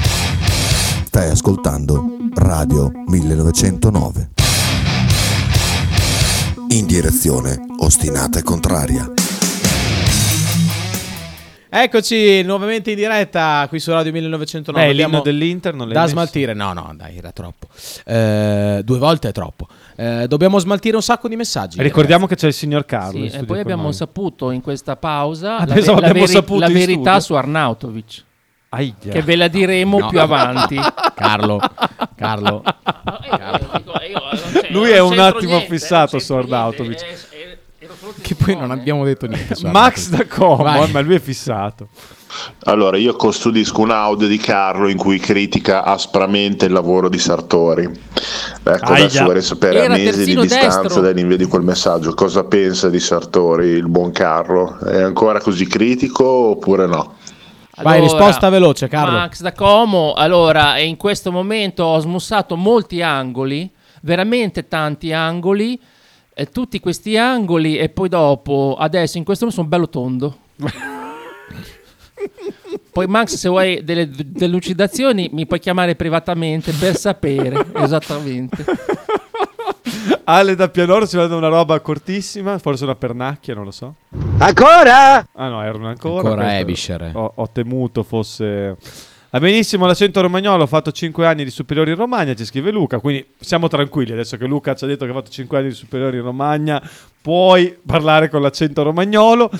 Stai ascoltando Radio 1909. In direzione ostinata e contraria. Eccoci nuovamente in diretta qui su Radio 1909. Beh, Abbiamo l'inno dell'Inter non l'hai Da messo. smaltire, no, no, dai, era troppo. Eh, due volte è troppo. Eh, dobbiamo smaltire un sacco di messaggi. Ricordiamo che c'è il signor Carlo. Sì, in e E studio poi con abbiamo noi. saputo in questa pausa Ah, la, pensavo la abbiamo veri- saputo la in verità studio. su Arnautovic. Aia. Che ve la diremo No. più avanti. Carlo, Carlo. Lui è un attimo fissato su Arnautovic. Che poi non abbiamo detto niente. su Max da Arnautovic. Como, Vai. eh, ma lui è fissato. Allora, io custodisco un audio di Carlo in cui critica aspramente il lavoro di Sartori. Ecco, Aia. adesso vorrei sapere Era a mesi di terzino distanza destro. dall'invio di quel messaggio cosa pensa di Sartori, il buon Carlo. È ancora così critico oppure no? Vai, Allora, risposta veloce, Carlo. Max da Como, allora in questo momento ho smussato molti angoli, veramente tanti angoli, eh, tutti questi angoli e poi dopo, adesso in questo momento sono bello tondo. poi Max se vuoi delle d- delucidazioni mi puoi chiamare privatamente per sapere esattamente. Ale da Pianoro si vede una roba cortissima, forse una pernacchia, non lo so. Ancora? Ah no, erano ancora. Ancora Questo- Ebischer. Ho, ho temuto fosse... Va benissimo, l'accento romagnolo, ho fatto 5 anni di superiori in Romagna, ci scrive Luca, quindi siamo tranquilli, adesso che Luca ci ha detto che ha fatto 5 anni di superiori in Romagna, puoi parlare con l'accento romagnolo.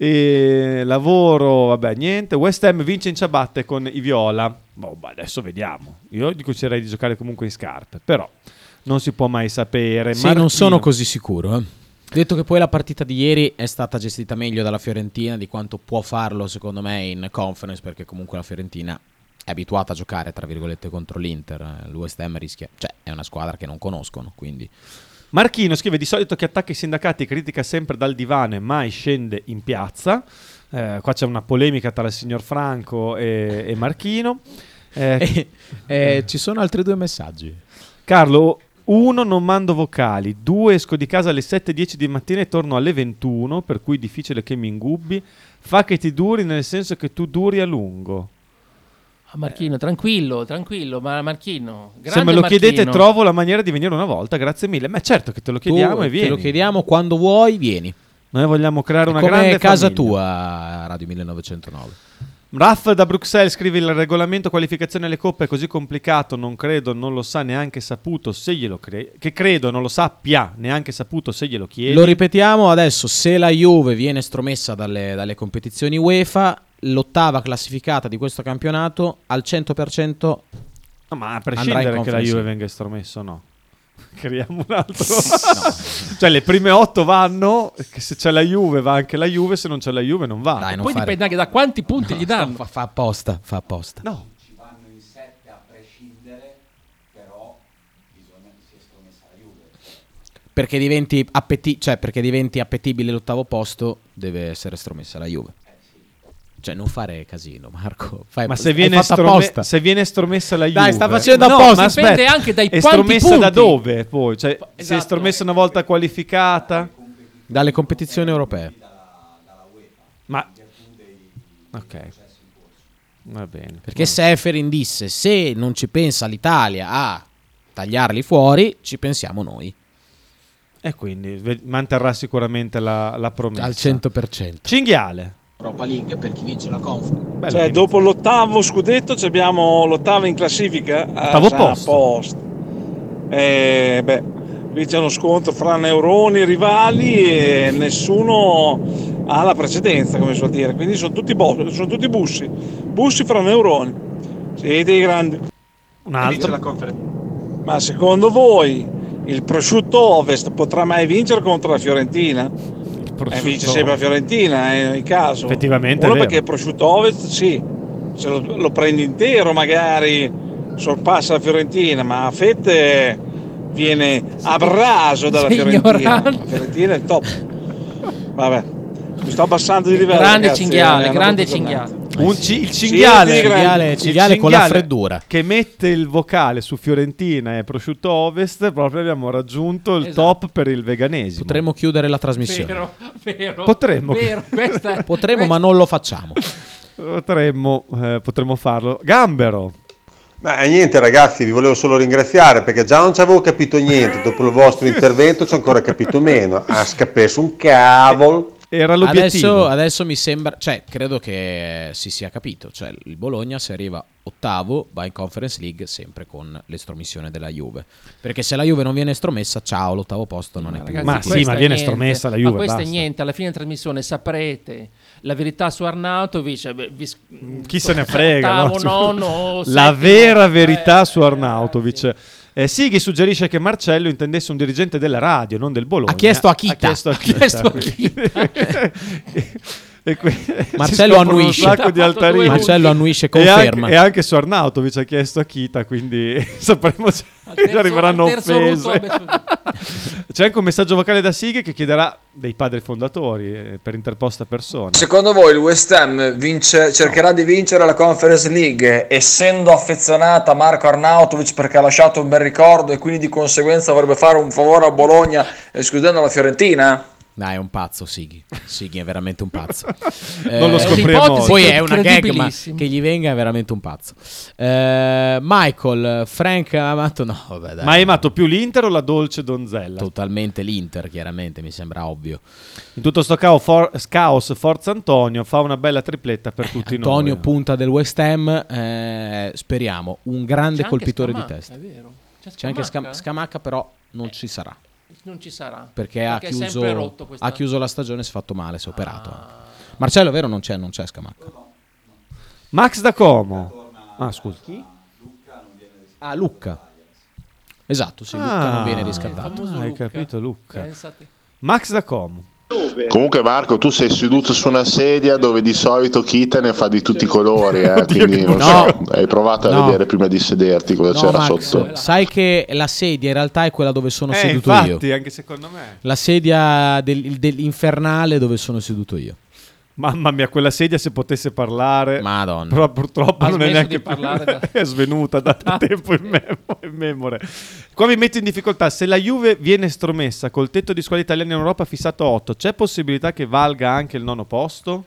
E lavoro, vabbè, niente. West Ham vince in ciabatte con i Viola. Boh, ma adesso vediamo. Io dico cercherei di giocare comunque in scarpe, però non si può mai sapere. Sì, non sono Martino. così sicuro. eh. Detto che poi la partita di ieri è stata gestita meglio dalla Fiorentina di quanto può farlo, secondo me, in conference, perché comunque la Fiorentina è abituata a giocare, tra virgolette, contro l'Inter. Eh, L'West Ham rischia, cioè, è una squadra che non conoscono, quindi... Marchino scrive di solito che attacca i sindacati e critica sempre dal divano e mai scende in piazza. Eh, qua c'è una polemica tra il signor Franco e, e Marchino. Eh, ci sono altri due messaggi. Carlo, uno non mando vocali, due esco di casa alle 7.10 di mattina e torno alle 21, per cui difficile che mi ingubbi. Fa che ti duri nel senso che tu duri a lungo. Ah, Marchino, tranquillo, tranquillo, ma Marchino, Se me grande lo chiedete Marchino. trovo la maniera di venire una volta, grazie mille. Ma certo che te lo chiediamo Tu- e te vieni. lo chiediamo quando vuoi, vieni. Noi vogliamo creare una Come grande casa famiglia. tua, Radio 1909. Raff da Bruxelles scrive il regolamento qualificazione alle coppe è così complicato, non credo, non lo sa neanche saputo se glielo cre- che credo non lo sappia neanche saputo se glielo chiedi. Lo ripetiamo adesso, se la Juve viene stromessa dalle, dalle competizioni UEFA, l'ottava classificata di questo campionato al 100% No, ma a andrà prescindere in che la conference. Juve venga estromesso o no. Creiamo un altro. cioè le prime otto vanno, che se c'è la Juve va anche la Juve, se non c'è la Juve non va. non Poi fare- dipende anche da quanti punti gli danno. Fa, fa apposta, fa apposta. No. Perché diventi, appeti- cioè, perché diventi appetibile l'ottavo posto, deve essere stromessa la Juve. Cioè, non fare casino, Marco. Fai- Eh, Ma se hai viene, fatto estrome- Eh, apposta. se viene estromessa la Juve, Dai, sta facendo No, apposta. ma Dipende aspetta, anche dai è quanti estromessa da punti. Esatto. dove? Poi, cioè, si è estromessa una volta qualificata dalle competizioni europee. Ma ok, va bene. Perché Seferin disse: Se non ci pensa l'Italia a tagliarli fuori, ci pensiamo noi. E quindi ve- manterrà sicuramente la, la promessa Al 100%. Cinghiale. Europa League per chi vince la conference. Cioè, dopo l'ottavo scudetto ci abbiamo l'ottava in classifica. Ah, Ottavo già, posto. Eh, beh, lì c'è uno scontro fra neuroni, rivali e nessuno ha la precedenza, come si suol dire. Quindi sono tutti, bo- sono tutti bussi. Bussi fra neuroni. Siete i grandi. Un altro. Ma secondo voi il prosciutto Ovest potrà mai vincere contro la Fiorentina? Eh, vince sempre la Fiorentina, è il caso. Effettivamente è Uno vero. perché il prosciutto Ovest, sì, se lo, lo prendi intero magari sorpassa la Fiorentina, ma a fette viene abraso dalla Fiorentina. Signorante. La Fiorentina è il top. Vabbè. Mi sto abbassando di livello. Grande ragazzi, eh, cinghiale, è eh, una grande brutta giornata. Un ci- il cinghiale, Siete grandi. il che mette il vocale su Fiorentina e prosciutto Ovest. Proprio abbiamo raggiunto il top per il veganesimo. Potremmo chiudere la trasmissione. Vero, vero. Potremmo. Vero, questa è- Potremmo, ma non lo facciamo. Potremmo, eh, potremmo farlo. Gambero. Beh, niente ragazzi, vi volevo solo ringraziare perché già non ci avevo capito niente, dopo il vostro intervento ci ho ancora capito meno. Ha scappato un cavolo. Era l'obiettivo. Adesso, adesso mi sembra, cioè, credo che si sia capito. Cioè, il Bologna, se arriva ottavo, va in Conference League sempre con l'estromissione della Juve. Perché se la Juve non viene estromessa, ciao, l'ottavo posto non è più. Ragazzi, questa è niente. Ma questo è niente, alla fine della trasmissione saprete la verità su Arnautovic. eh, beh, vi sc- Chi se ne frega? no? Ottavo, nono, La settimo. vera verità su Arnautovic. Eh, Sighi suggerisce che Marcello intendesse un dirigente della radio, non del Bologna. Ha chiesto a Chita. chiesto a Ha Chita. chiesto a Chita. E qui- Marcello si scoprono annuisce. Un sacco di Ha fatto altarini. due Marcello annuisce, E anche- E conferma. anche, su Arnautovic ha chiesto a Chita, quindi sapremo se terzo- arriveranno al terzo offese. rutto, C'è anche un messaggio vocale da Sighi che chiederà dei padri fondatori eh, per interposta persona. Secondo voi il West Ham vince- cercherà di vincere la Conference League essendo affezionata a Marco Arnautovic perché ha lasciato un bel ricordo e quindi di conseguenza vorrebbe fare un favore a Bologna escludendo la Fiorentina? Dai, è un pazzo, Sighi. Sighi è veramente un pazzo. Non lo Eh, scopriremo un'ipotesi oggi. Poi è una gag, ma Credibilissimo. che gli venga è veramente un pazzo. Eh, Michael, Frank ha amato... No, vabbè, dai. Ma hai amato più l'Inter o la dolce donzella? Totalmente l'Inter, chiaramente, mi sembra ovvio. In tutto sto cao- for- caos, Forza Antonio fa una bella tripletta per tutti Eh, Antonio noi. punta del West Ham, eh, speriamo, un grande C'è anche colpitore Scamacca, di testa. è vero. C'è C'è anche Scamacca? Scam- Scamacca, però non ci sarà. Non ci sarà. Perché, ha, è sempre chiuso, rotto questa- Ah. ha chiuso la stagione, si è fatto male, si è operato. Marcello, è vero? Non c'è, non c'è Scamacca. Max da Como. Ah, scusa. Ah, Lucca. Esatto, sì, Ah, Lucca non viene riscattato. famoso Ah, hai Lucca. capito, Lucca. Pensate. Max da Como. Comunque Marco, tu sei seduto su una sedia dove di solito Kita ne fa di tutti i colori, eh, quindi non No. so, hai provato a No. vedere prima di sederti cosa No, c'era Max, eh, sotto. sai che la sedia in realtà è quella dove sono Eh, seduto infatti, io. anche secondo me. La sedia del- dell'infernale dove sono seduto io. Mamma mia, quella sedia se potesse parlare. Madonna. Eh, Però purtroppo Ha non è smesso neanche di parlare Ah. più- è svenuta da tempo in, memo- in memore. Qua mi metto in difficoltà. Se la Juve viene estromessa col tetto di squadra italiana in Europa fissato a 8, c'è possibilità che valga anche il nono posto?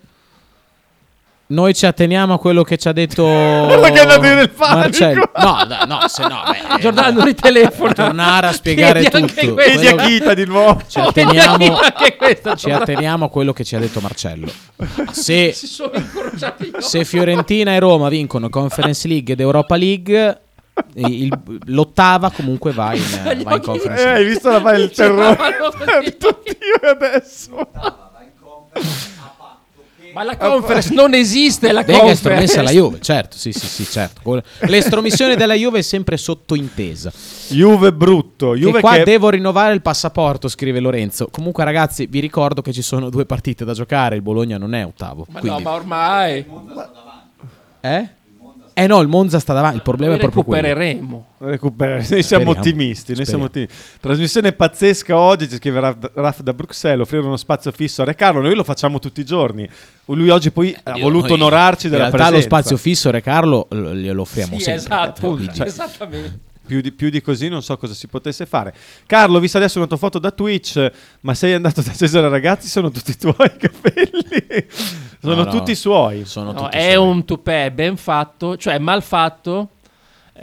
Noi ci atteniamo a quello che ci ha detto Perché è andato in il panico. Marcello. No, no, no, se no, beh, eh, Giordano ritelefono. tornare a spiegare Chiedi anche tutto. questo. Quello- Chiedi a di nuovo. Ci atteniamo, Anche questo, ci atteniamo a quello che ci ha detto Marcello. Se, Si sono incrociati. i se Fiorentina e Roma vincono Conference League ed Europa League, il- l'ottava comunque va in, va in Conference Eh, hai League. visto la fare il terrore? Certo. Tutti io adesso. Ma la conference non esiste, la Venga conference. estromessa la Juve, certo, sì, sì, sì, certo. Quello- L'estromissione della Juve è sempre sottointesa. Juve brutto. Che Juve qua che- devo rinnovare il passaporto, scrive Lorenzo. Comunque, ragazzi, vi ricordo che ci sono due partite da giocare. Il Bologna non è ottavo. Ma no, quindi- ma ormai eh? Eh no, il Monza sta davanti. Il problema è proprio quello. recupereremo. Recupera- Noi siamo Speriamo. ottimisti, noi siamo Speriamo. ottimisti. Trasmissione pazzesca oggi, ci scrive Raf, Raf da Bruxelles, offrire uno spazio fisso a Re Carlo, noi lo facciamo tutti i giorni. Lui oggi poi ha Io- voluto noi- onorarci della In realtà presenza. lo spazio fisso, Re Carlo, lo- glielo offriamo Sì, sempre. esatto, Quindi- esattamente. Più di, più di così non so cosa si potesse fare. Carlo, vista adesso una tua foto da Twitch, ma sei andato da Cesare ragazzi, sono tutti tuoi capelli. sono No, no. tutti suoi. Sono No, è un tupè ben fatto, cioè mal fatto.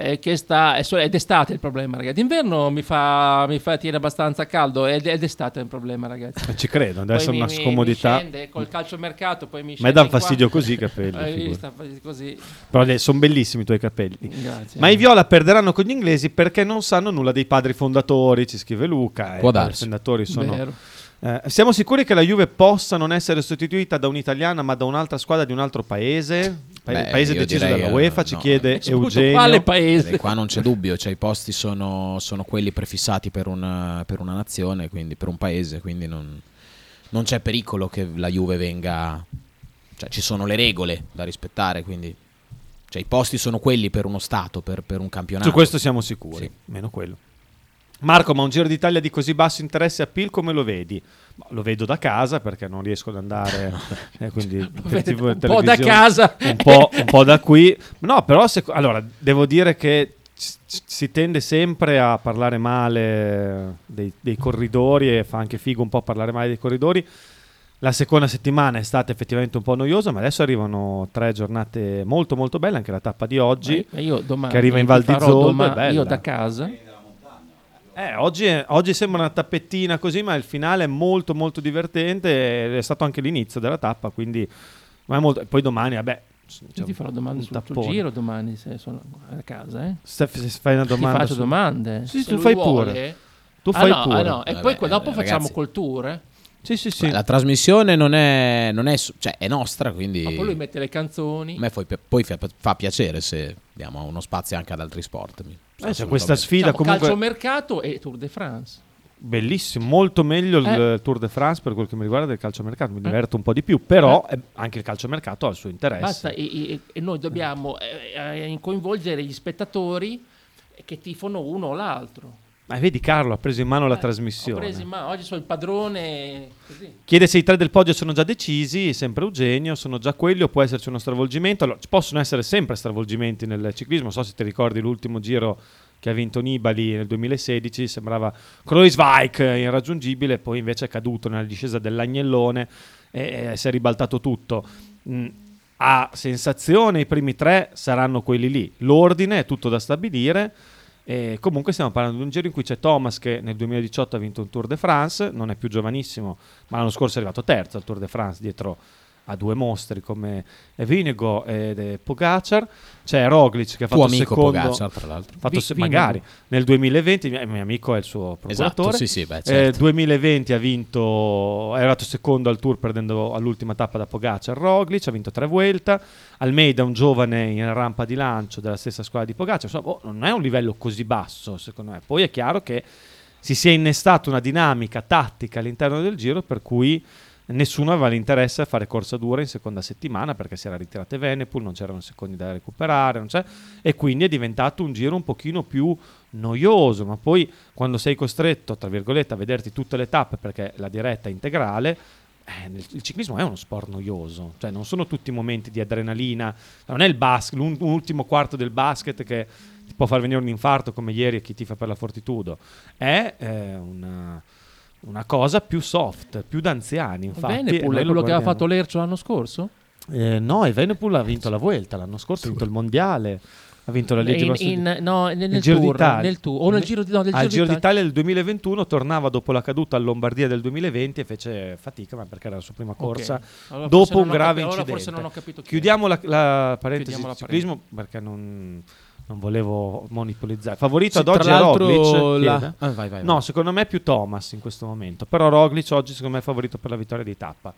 eh, che sta, è, so- è d'estate il problema, ragazzi. D'inverno mi fa, mi fa tiene abbastanza caldo. È, è d'estate il problema, ragazzi. Ma ci credo, adesso Poi è una mi- mi- scomodità. Mi scende col calciomercato, poi mi Ma scende. dà un qua. Eh, fastidio così i capelli. Hai visto? figurati. Così. Però sono bellissimi i tuoi capelli. Grazie. Ma i viola perderanno con gli inglesi perché non sanno nulla dei padri fondatori, ci scrive Luca. eh, Può I padri darsi. fondatori sono... Vero. Eh, siamo sicuri che la Juve possa non essere sostituita da un'italiana ma da un'altra squadra di un altro paese? Pa- Beh, paese io deciso direi, dalla eh, UEFA, ci no. chiede Eugenio. Eh, Qua non c'è dubbio, cioè, i posti sono, sono quelli prefissati per una, per una nazione, quindi per un paese, quindi non, non c'è pericolo che la Juve venga... Cioè, ci sono le regole da rispettare, quindi... Cioè, i posti sono quelli per uno Stato, per, per un campionato. Su questo siamo sicuri, Sì. meno quello. Marco, ma un Giro d'Italia di così basso interesse e appeal come lo vedi? Ma Lo vedo da casa perché non riesco ad andare eh, quindi per vede TV e un po' televisione, da casa. un po', un po' da qui. No, però se- allora, devo dire che c- c- si tende sempre a parlare male dei, dei corridori e fa anche figo un po' parlare male dei corridori. La seconda settimana è stata effettivamente un po' noiosa, ma adesso arrivano tre giornate molto molto belle, anche la tappa di oggi Ma io- io domani che arriva in vi Val di farò Zoldo, è doma- io bella. da casa Eh, oggi, è- oggi sembra una tappettina così, ma il finale è molto molto divertente. ed È stato anche l'inizio della tappa, quindi ma è molto- poi domani, vabbè, Io ti farò domande un sul tuo tappone. giro domani se sono a casa. Eh? Se- se fai una domanda Ti faccio su- domande. Sì, Se tu lui fai vuole. pure. Tu Ah, fai no, pure. ah, no, E Vabbè, poi qua dopo ragazzi. facciamo col tour. eh? Sì, sì, sì. La trasmissione non è, non è su- cioè, è nostra, quindi Poi lui mette le canzoni. a me poi, poi fa, fa piacere se diamo uno spazio anche ad altri sport. Mi- Eh, c'è questa sfida Diciamo, comunque Calcio mercato e Tour de France. bellissima, molto meglio Eh. il Tour de France per quel che mi riguarda del calciomercato, mi diverto un po' di più, però eh, anche il calciomercato ha il suo interesse. Basta, e, e- e noi dobbiamo eh, eh, coinvolgere gli spettatori che tifano uno o l'altro. Ma vedi Carlo ha preso in mano la Eh, Ho trasmissione. preso in mano, oggi sono il padrone. Così. Chiede se i tre del podio sono già decisi, sempre Eugenio, sono già quelli o può esserci uno stravolgimento. Allora, ci possono essere sempre stravolgimenti nel ciclismo, non so se ti ricordi l'ultimo giro che ha vinto Nibali nel 2016, sembrava Kreuzweig eh, irraggiungibile, poi invece è caduto nella discesa dell'agnellone e, e si è ribaltato tutto. Mm, a sensazione i primi tre saranno quelli lì, l'ordine è tutto da stabilire. E comunque stiamo parlando di un giro in cui c'è Thomas che nel 2018 ha vinto un Tour de France, non è più giovanissimo, ma l'anno scorso è arrivato terzo al Tour de France dietro a due mostri come Vinigo ed eh, Pogacar, c'è Roglic che ha Tuo fatto amico secondo Pogacar, tra l'altro. ha fatto Vi- se- Vingegaard. magari nel 2020 il mio- il mio amico è il suo procuratore. Esatto, sì, sì, beh, Eh, certo. 2020 ha vinto è arrivato secondo al Tour perdendo all'ultima tappa da Pogacar Roglic, ha vinto tre Vuelta, Almeida un giovane in rampa di lancio della stessa squadra di Pogacar, insomma, boh, non è un livello così basso, secondo me. Poi è chiaro che si sia innestata una dinamica tattica all'interno del giro per cui nessuno aveva l'interesse a fare corsa dura in seconda settimana perché si era ritirate Venepool, non c'erano secondi da recuperare, non c'è- e quindi è diventato un giro un pochino più noioso, ma poi quando sei costretto, tra virgolette, a vederti tutte le tappe perché la diretta è integrale, eh, nel- il ciclismo è uno sport noioso, cioè non sono tutti momenti di adrenalina, cioè non è il basket, l'un- l'ultimo quarto del basket che ti può far venire un infarto come ieri a chi tifa per la Fortitudo, è eh, una, una cosa più soft, più d'anziani infatti. Bene, e noi è lo quello che aveva guardiamo. fatto l'Ercio l'anno scorso? Eh, no, e Venepool ha vinto la Vuelta l'anno scorso, ha vinto il Mondiale, ha vinto la Legge In- Bassi- in- no, nel- il nel Giro Tour, d'Italia. nel Tour, o nel Giro di- no, nel Al Giro Giro d'Italia d'Italia. del 2021 tornava dopo la caduta a Lombardia del 2020 e fece fatica, ma perché era la sua prima corsa Allora forse dopo non un ho grave capi- allora incidente. forse non ho capito chi Chiudiamo la, la parentesi Chiudiamo la sul ciclismo perché non, non volevo monopolizzare. Favorito Sì, ad oggi tra è l'altro Roglic. la- chiede. Ah, vai, vai, no, vai. secondo me è più Thomas in questo momento, però Roglic oggi secondo me è favorito per la vittoria di tappa.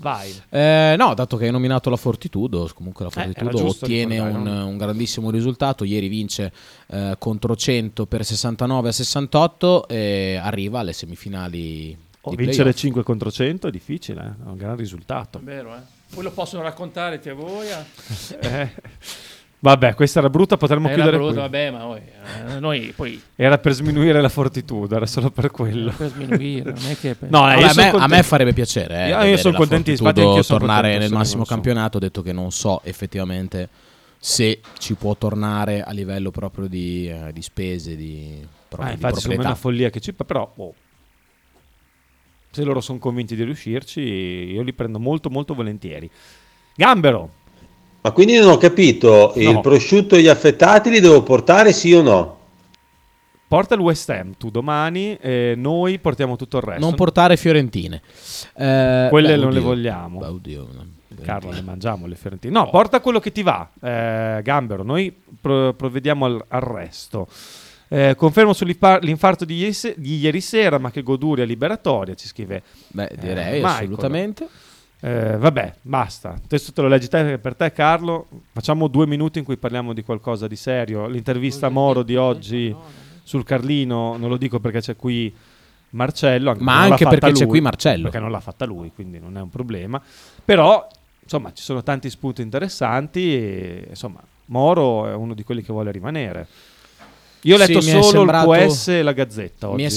Vai. Eh, no, dato che hai nominato la Fortitudo, comunque la Eh, era Fortitudo giusto ottiene un, ricordare, no? un grandissimo risultato. Ieri vince eh, contro 100 per 69 a 68 e arriva alle semifinali. Oh, di vincere playoff. 5 contro 100 è difficile, eh? è un gran risultato. Vero, eh? Poi lo possono raccontare te a voi. Eh, Vabbè, questa era brutta, potremmo Era chiudere brutto, qui. vabbè, ma noi, eh, noi poi Era per sminuire la fortitudo, era solo per quello. Per sminuire, non è che- No, eh, Vabbè, io a, sono me, a contento. me farebbe piacere. eh, Io- io vedere sono la contentissimo, Fortitudo infatti anch'io sono tornare contento, nel sono massimo contento. campionato. Ho detto che non so effettivamente se ci può tornare a livello proprio di, eh, di spese, di, proprio Ah, di infatti, secondo me è proprietà. una follia che ci... Però, boh, se loro sono convinti di riuscirci, io li prendo molto, molto volentieri. Gambero, Ma quindi non ho capito, il prosciutto e gli affettati li devo portare sì o no? porta il West Ham tu domani, e noi portiamo tutto il resto. Non portare Fiorentine. Eh, Quelle beh, non le oddio. vogliamo. Beh, oddio, no. Carlo, le mangiamo le fiorentine. No, porta quello che ti va, eh, Gambero. Noi pro- provvediamo al, al resto. Eh, confermo sull'infa- l'infarto di ieri, se- di ieri sera, ma che goduria liberatoria, ci scrive. Beh, eh, direi Michael. assolutamente. Eh, vabbè, basta. Adesso te lo leggi te, perché per te, Carlo. Facciamo due minuti in cui parliamo di qualcosa di serio. L'intervista a Moro di oggi sul Carlino, non lo dico perché c'è qui Marcello, Ma non l'ha anche fatta perché c'è lui, qui Marcello. Perché non l'ha fatta lui, quindi non è un problema. Però, insomma, ci sono tanti spunti interessanti e, insomma, Moro è uno di quelli che vuole rimanere. Io ho letto Sì, mi è solo sembrato- il QS e la Gazzetta oggi. Mi è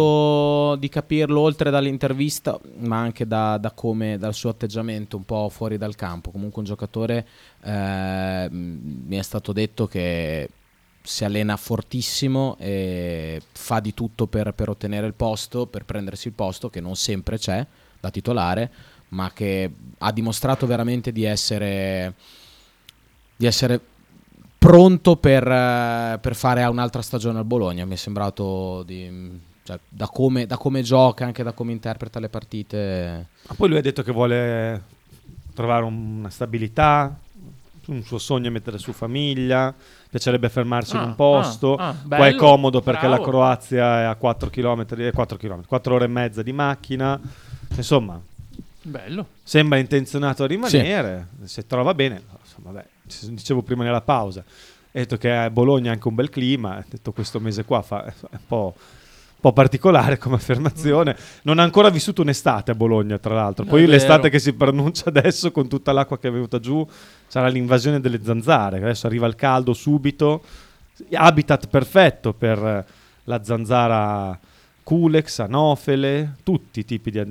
sembrato di capirlo oltre dall'intervista, ma anche da, da come, dal suo atteggiamento un po' fuori dal campo. Comunque un giocatore, eh, m- mi è stato detto che si allena fortissimo e fa di tutto per, per ottenere il posto, per prendersi il posto, che non sempre c'è da titolare, ma che ha dimostrato veramente di essere di essere pronto per, eh, per fare un'altra stagione al Bologna. Mi è sembrato di- cioè, da, come, da come gioca, anche da come interpreta le partite. Ma poi lui ha detto che vuole trovare un- una stabilità, un suo sogno è mettere su famiglia, piacerebbe fermarsi in Ah, un posto. ah, ah, Qua è bello, comodo perché bravo. la Croazia è a eh, 4 km, 4 km, 4 ore e mezza di macchina. Insomma, Bello. sembra intenzionato a rimanere, se trova bene, insomma, vabbè, ci- dicevo prima nella pausa, ha detto che a Bologna è anche un bel clima, ha detto questo mese qua fa, è un po', un po' particolare come affermazione, non ha ancora vissuto un'estate a Bologna tra l'altro, No, poi è vero. l'estate che si pronuncia adesso con tutta l'acqua che è venuta giù sarà l'invasione delle zanzare, adesso arriva il caldo subito, habitat perfetto per eh, la zanzara culex, anofele, tutti i tipi di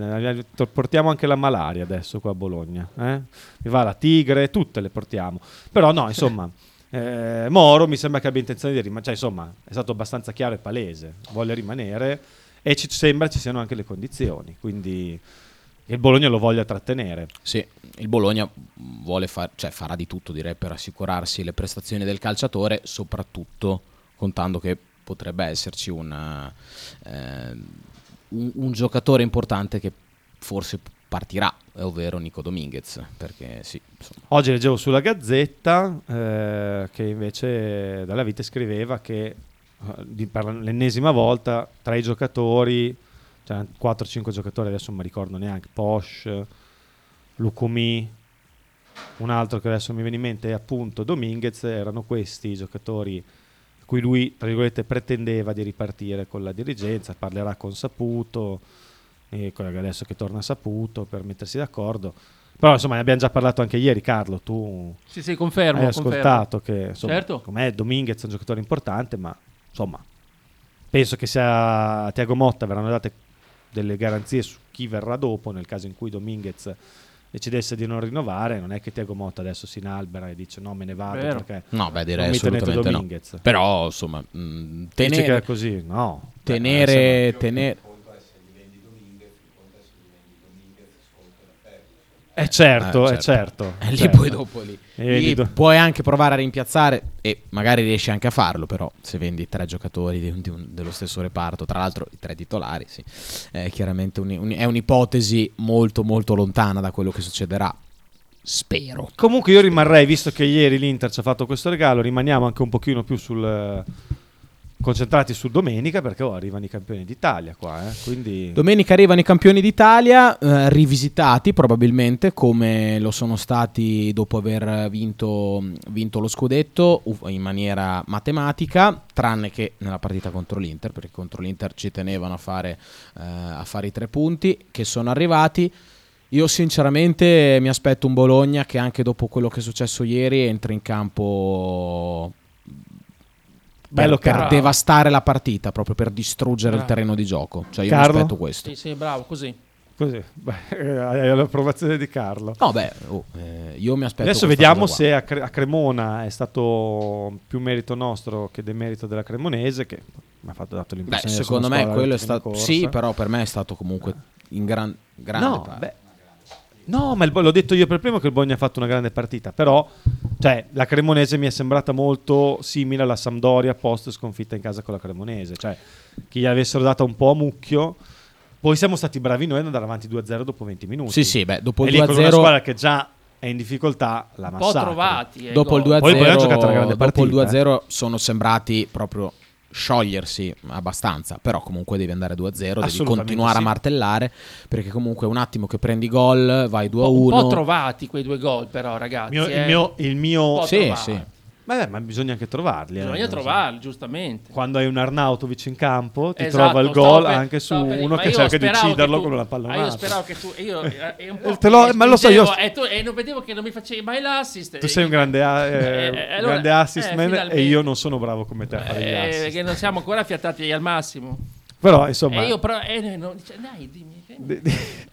portiamo anche la malaria adesso qua a Bologna, eh? mi va la tigre, tutte le portiamo. Però no, insomma, eh, Moro mi sembra che abbia intenzione di rimanere, cioè insomma, è stato abbastanza chiaro e palese, vuole rimanere e ci sembra ci siano anche le condizioni, quindi che il Bologna lo voglia trattenere. Sì, il Bologna vuole far- cioè, farà di tutto direi per assicurarsi le prestazioni del calciatore, soprattutto contando che potrebbe esserci una, eh, un, un giocatore importante che forse partirà, eh, ovvero Nico Dominguez, perché sì, insomma, Oggi leggevo sulla Gazzetta eh, che invece Dalla Vite scriveva che eh, di- per l'ennesima volta tra i giocatori, cioè 4-5 giocatori, adesso non mi ricordo neanche, Posh, Lucumi, un altro che adesso mi viene in mente è appunto Dominguez, erano questi i giocatori a cui lui, tra virgolette, pretendeva di ripartire con la dirigenza, parlerà con Saputo, e con- adesso che torna Saputo per mettersi d'accordo. Però insomma ne abbiamo già parlato anche ieri Carlo, tu Sì, sì, confermo, hai confermo. ascoltato che insomma, Certo. com'è Dominguez è un giocatore importante, ma insomma penso che sia a Tiago Motta verranno date delle garanzie su chi verrà dopo nel caso in cui Dominguez decidesse di non rinnovare, non è che Tiago Motta adesso si inalbera e dice no me ne vado Vero. perché No, beh, direi non mi tenete assolutamente no. Dominguez. Però, insomma, mh, Dici tenere- che è così, no. Tenere, tenere- Eh certo, Eh, eh, certo. Eh, lì certo. poi dopo lì. E Lì vendi do- puoi anche provare a rimpiazzare e magari riesci anche a farlo, però se vendi tre giocatori di un- di un- dello stesso reparto, tra l'altro i tre titolari, sì, è chiaramente un- un- è un'ipotesi molto molto lontana da quello che succederà. Spero. Comunque io rimarrei, visto che ieri l'Inter ci ha fatto questo regalo, rimaniamo anche un pochino più sul... eh, concentrati su domenica perché oh, arrivano i campioni d'Italia qua, eh, quindi... Domenica arrivano i campioni d'Italia, eh, rivisitati probabilmente come lo sono stati dopo aver vinto, vinto lo scudetto u- in maniera matematica, tranne che nella partita contro l'Inter, perché contro l'Inter ci tenevano a fare, eh, a fare i tre punti che sono arrivati. Io sinceramente mi aspetto un Bologna che anche dopo quello che è successo ieri entra in campo per- Bello per, caro. devastare la partita, proprio per distruggere il Bravo. terreno di gioco. Cioè io mi Carlo? aspetto questo. Sì, sì, bravo, così. Così, beh, eh, hai l'approvazione di Carlo. No, beh, oh, eh, io mi aspetto Adesso questa vediamo cosa qua. se a, Cre- a Cremona è stato più merito nostro che demerito della Cremonese, che mi ha fatto dato Beh, l'impressione di essere secondo una me squadra quello è di fine stato corsa. Sì, però per me è stato comunque in gran grande No, parte. beh, No, ma il Bo- l'ho detto io per primo che il Bologna ha fatto una grande partita, però cioè, la Cremonese mi è sembrata molto simile alla Sampdoria post sconfitta in casa con la Cremonese, cioè che gli avessero data un po' a mucchio. Poi siamo stati bravi noi ad andare avanti 2-0 dopo 20 minuti. Sì, sì, beh, dopo E il lì con una 2-0 squadra che già è in difficoltà la po' massacra. trovati, eh, dopo il 2-0 Poi il Bologna ha giocato una grande dopo partita. il 2-0 sono sembrati proprio sciogliersi abbastanza, però comunque devi andare 2-0, devi Assolutamente continuare sì. a martellare perché comunque un attimo che prendi gol, vai 2-1. Un po' trovati quei due gol, però, ragazzi. Mio- il eh. mio- il mio- Un po' Sì, trovati. sì. Ma, beh, ma bisogna anche trovarli. eh. Bisogna trovarli, giustamente. Quando hai un Arnautovic in campo, ti Esatto, trova il stavo gol per- anche su stavo per dire, uno ma che io cerca di speravo che ucciderlo tu- con una ah, pallonata. io speravo che tu io, eh, eh, un po' Te lo- mi ma lo so, io- spingevo e, tu- e non vedevo che non mi facevi mai l'assist Tu sei un grande, a- eh, Eh, eh, un grande allora, assist eh, man finalmente. e io non sono bravo come te a fare gli eh, assist. Oh, che non siamo ancora affiatati al massimo Però, insomma- e io però eh, eh, no, dice, dai dimmi che-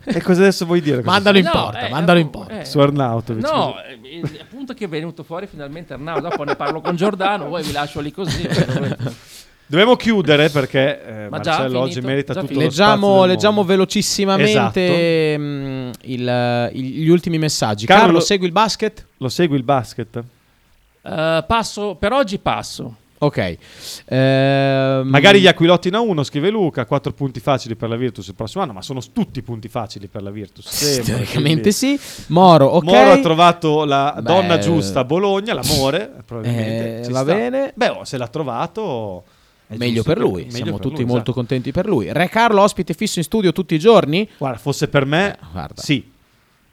e cosa adesso vuoi dire? Cosa Mandalo in succede? porta, No, eh, mandalo in porta. eh. Su Arnautovic. No, scusa. eh, il il punto è che è venuto fuori finalmente Arnau. Dopo ne parlo con Giordano, voi vi lascio lì così. Dobbiamo chiudere perché eh, Ma già, Marcello finito? oggi merita Già tutto finito. lo spazio del Leggiamo, mondo. Esatto. leggiamo velocissimamente mh, il- il- gli ultimi messaggi. Carlo, segui il basket? Lo segui il basket? Mm. Eh, passo, per oggi passo. Ok. Ehm, Magari gli Aquilotti in a 1, scrive Luca, 4 punti facili per la Virtus il prossimo anno, ma sono tutti punti facili per la Virtus. sempre, Teoricamente sì. quindi- Moro, ok. Moro ha trovato la Beh, donna giusta a Bologna, l'amore, eh, probabilmente. ci va sta. bene. Beh, oh, se l'ha trovato... è Meglio giusto per lui, meglio siamo per tutti lui, molto esatto. contenti per lui. Re Carlo, ospite fisso in studio tutti i giorni? Guarda, fosse per me, Eh, sì.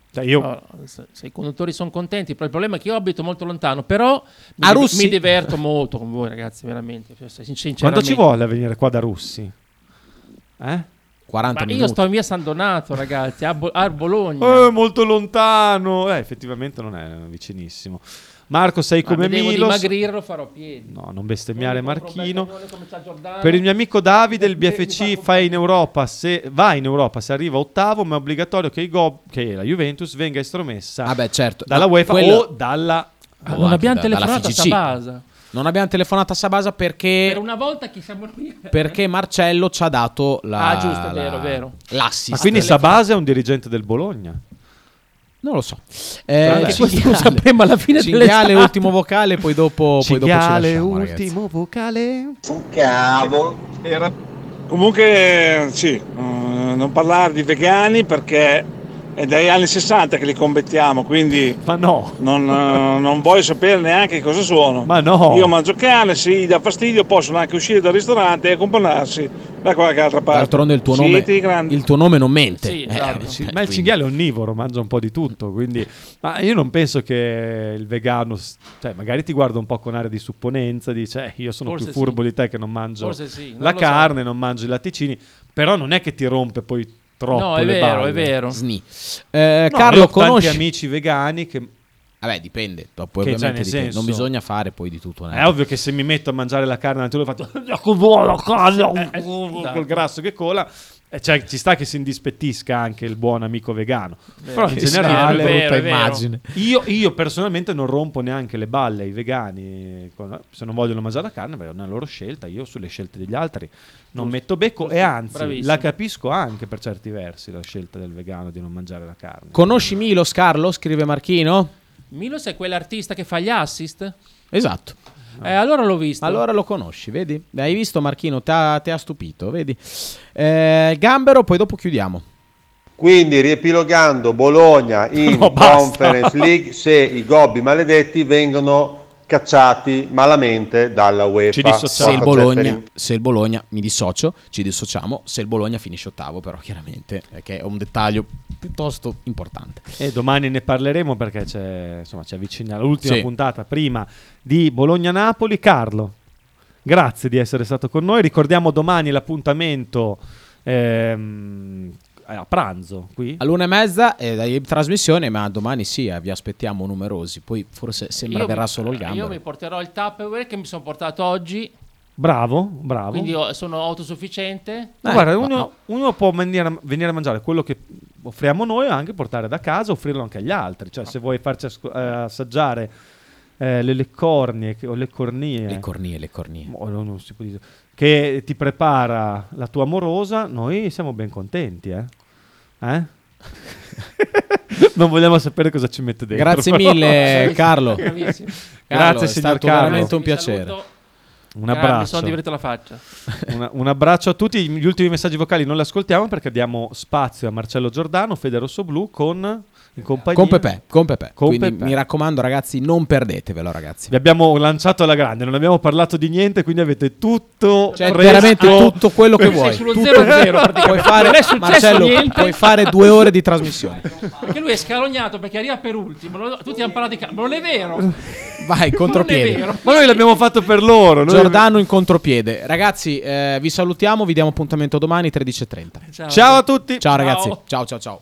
Cioè, io... No, se, se i conduttori sono contenti, però il problema è che io abito molto lontano. Però mi, A Russi? mi diverto molto con voi, ragazzi, veramente. cioè, sin- Quanto sinceramente. ci vuole a venire qua da Russi? Eh? 40 Ma io sto in via San Donato, ragazzi, a, Bo- a Bologna. Eh, molto lontano. Eh, effettivamente non è vicinissimo. Marco, sei Ma come mi devo Milos. dimagrire, lo farò a piedi. No, non bestemmiare Non mi compro un Marchino. bel cannone come c'ha Giordano. Per il mio amico Davide, il BFC fa in Europa se, va in Europa se arriva ottavo, ma è obbligatorio che, i go- che la Juventus venga estromessa dalla Ah, certo. No, UEFA quello- o dalla. Ah, non abbiamo telefonato a Sabasa. Non abbiamo telefonato a Sabasa perché, Per una volta che siamo qui. Eh, perché Marcello ci ha dato la, Ah, giusto, vero, la- vero. l'assist. Ma Ah, quindi Sabasa è un dirigente del Bologna. Non lo so. Vabbè. Eh, Questo lo cinghiale. sapremo alla fine Cinghiale, dell'estate. ultimo vocale, poi dopo, poi dopo ci Cinghiale, lasciamo, ragazzi. ultimo vocale. Cavo. Comunque, sì, eh, non parlare di vegani perché è dagli anni 60 che li combattiamo, quindi Ma no. non, eh, non voglio sapere neanche cosa sono. Ma no. Io mangio carne, se gli dà fastidio possono anche uscire dal ristorante e accompagnarsi da qualche altra parte. D'altronde il tuo Siete nome, i grandi. il tuo nome non mente. Sì, Eh, esatto. eh, Sì, ma il quindi- cinghiale è onnivoro, mangia un po' di tutto, quindi... Ma io non penso che il vegano... s- Cioè, magari ti guarda un po' con aria di supponenza, dice, eh, io sono Forse più furbo sì. di te che non mangio Forse sì, non la lo carne, non mangio i latticini, però non è che ti rompe poi troppo No, è le vero, balle. è vero. Sni. Eh, No, Carlo, io ho tanti conosci... amici vegani che... Vabbè, dipende. Che Poi già ovviamente nel dipende. senso- Eh, non bisogna fare poi di tutto. È ovvio che se mi metto a mangiare la carne, naturalmente faccio... "Ah, Che buona carne! Eh, eh, esatto. Col grasso che cola... eh, Cioè, ci sta che si indispettisca anche il buon amico vegano. Però in Che generale, schifo, brutta È vero, è vero. immagine. Io, io personalmente non rompo neanche le balle ai vegani. Quando- Se non vogliono mangiare la carne, beh, è una loro scelta. Io sulle scelte degli altri non metto becco e anzi Bravissimo. la capisco anche per certi versi la scelta del vegano di non mangiare la carne. Conosci Milos, Carlo? Scrive Marchino. Milos è quell'artista che fa gli assist? Ah. Esatto. Eh, allora l'ho visto. Allora lo conosci, vedi? Hai visto Marchino, ti ha ti ha stupito, vedi? Eh, gambero, poi dopo chiudiamo. Quindi riepilogando Bologna in No, basta. Conference League se i gobbi maledetti vengono cacciati malamente dalla UEFA. Se Porca il, Bologna, Zefferi. se il Bologna, mi dissocio, ci dissociamo. Se il Bologna finisce ottavo, però, chiaramente, eh, che è un dettaglio piuttosto importante. E domani ne parleremo perché c'è, insomma, ci avvicina l'ultima Sì. puntata prima di Bologna-Napoli. Carlo, grazie di essere stato con noi. Ricordiamo domani l'appuntamento ehm, a pranzo qui. All'una e mezza è la trasmissione, ma domani sì, eh, vi aspettiamo numerosi. Poi forse sembra Io verrà mi- solo il gambero. Eh. Io mi porterò il Tupperware che mi sono portato oggi, Bravo, Ah, bravo. quindi boh. ho- sono autosufficiente. Ma Guarda, uno, uno può venire a, venire a mangiare quello che offriamo noi, anche portare da casa, offrirlo anche agli altri. Cioè, se vuoi farci asco- eh, assaggiare eh, le leccornie che- o le cornie, Le cornie, le cornie. Mo- non- non si può dire. che ti prepara la tua amorosa, noi siamo ben contenti. Eh? Eh? non vogliamo sapere cosa ci mette dentro. Grazie però. mille, Carlo. Bravissimo. Carlo, Grazie, è signor stato Carlo. veramente un Vi piacere. saluto. Un Cara, abbraccio. Mi sono Eh, divertito la faccia. Una- un abbraccio a tutti. Gli ultimi messaggi vocali non li ascoltiamo perché diamo spazio a Marcello Giordano, Fede Rosso Blu con in compagnia. Con Pepe, con Pepe. Con Quindi Pepe. mi raccomando, ragazzi, non perdetevelo, ragazzi. Vi abbiamo lanciato alla grande, non abbiamo parlato di niente, quindi avete tutto Cioè, fresco. veramente tutto quello che Sei vuoi. sullo Tutto. puoi 0-0 praticamente. fare, Non è successo Marcello, niente. puoi fare due ore di trasmissione. Perché lui è scalognato perché arriva per ultimo. lo- Tutti hanno parlato di calcio. Ma non è vero. Vai, contropiede. Ma noi l'abbiamo fatto per loro. noi- Giordano in contropiede. Ragazzi, eh, vi salutiamo, vi diamo appuntamento domani 13.30. Ciao. Ciao a tutti. Ciao ragazzi. Ciao ciao ciao.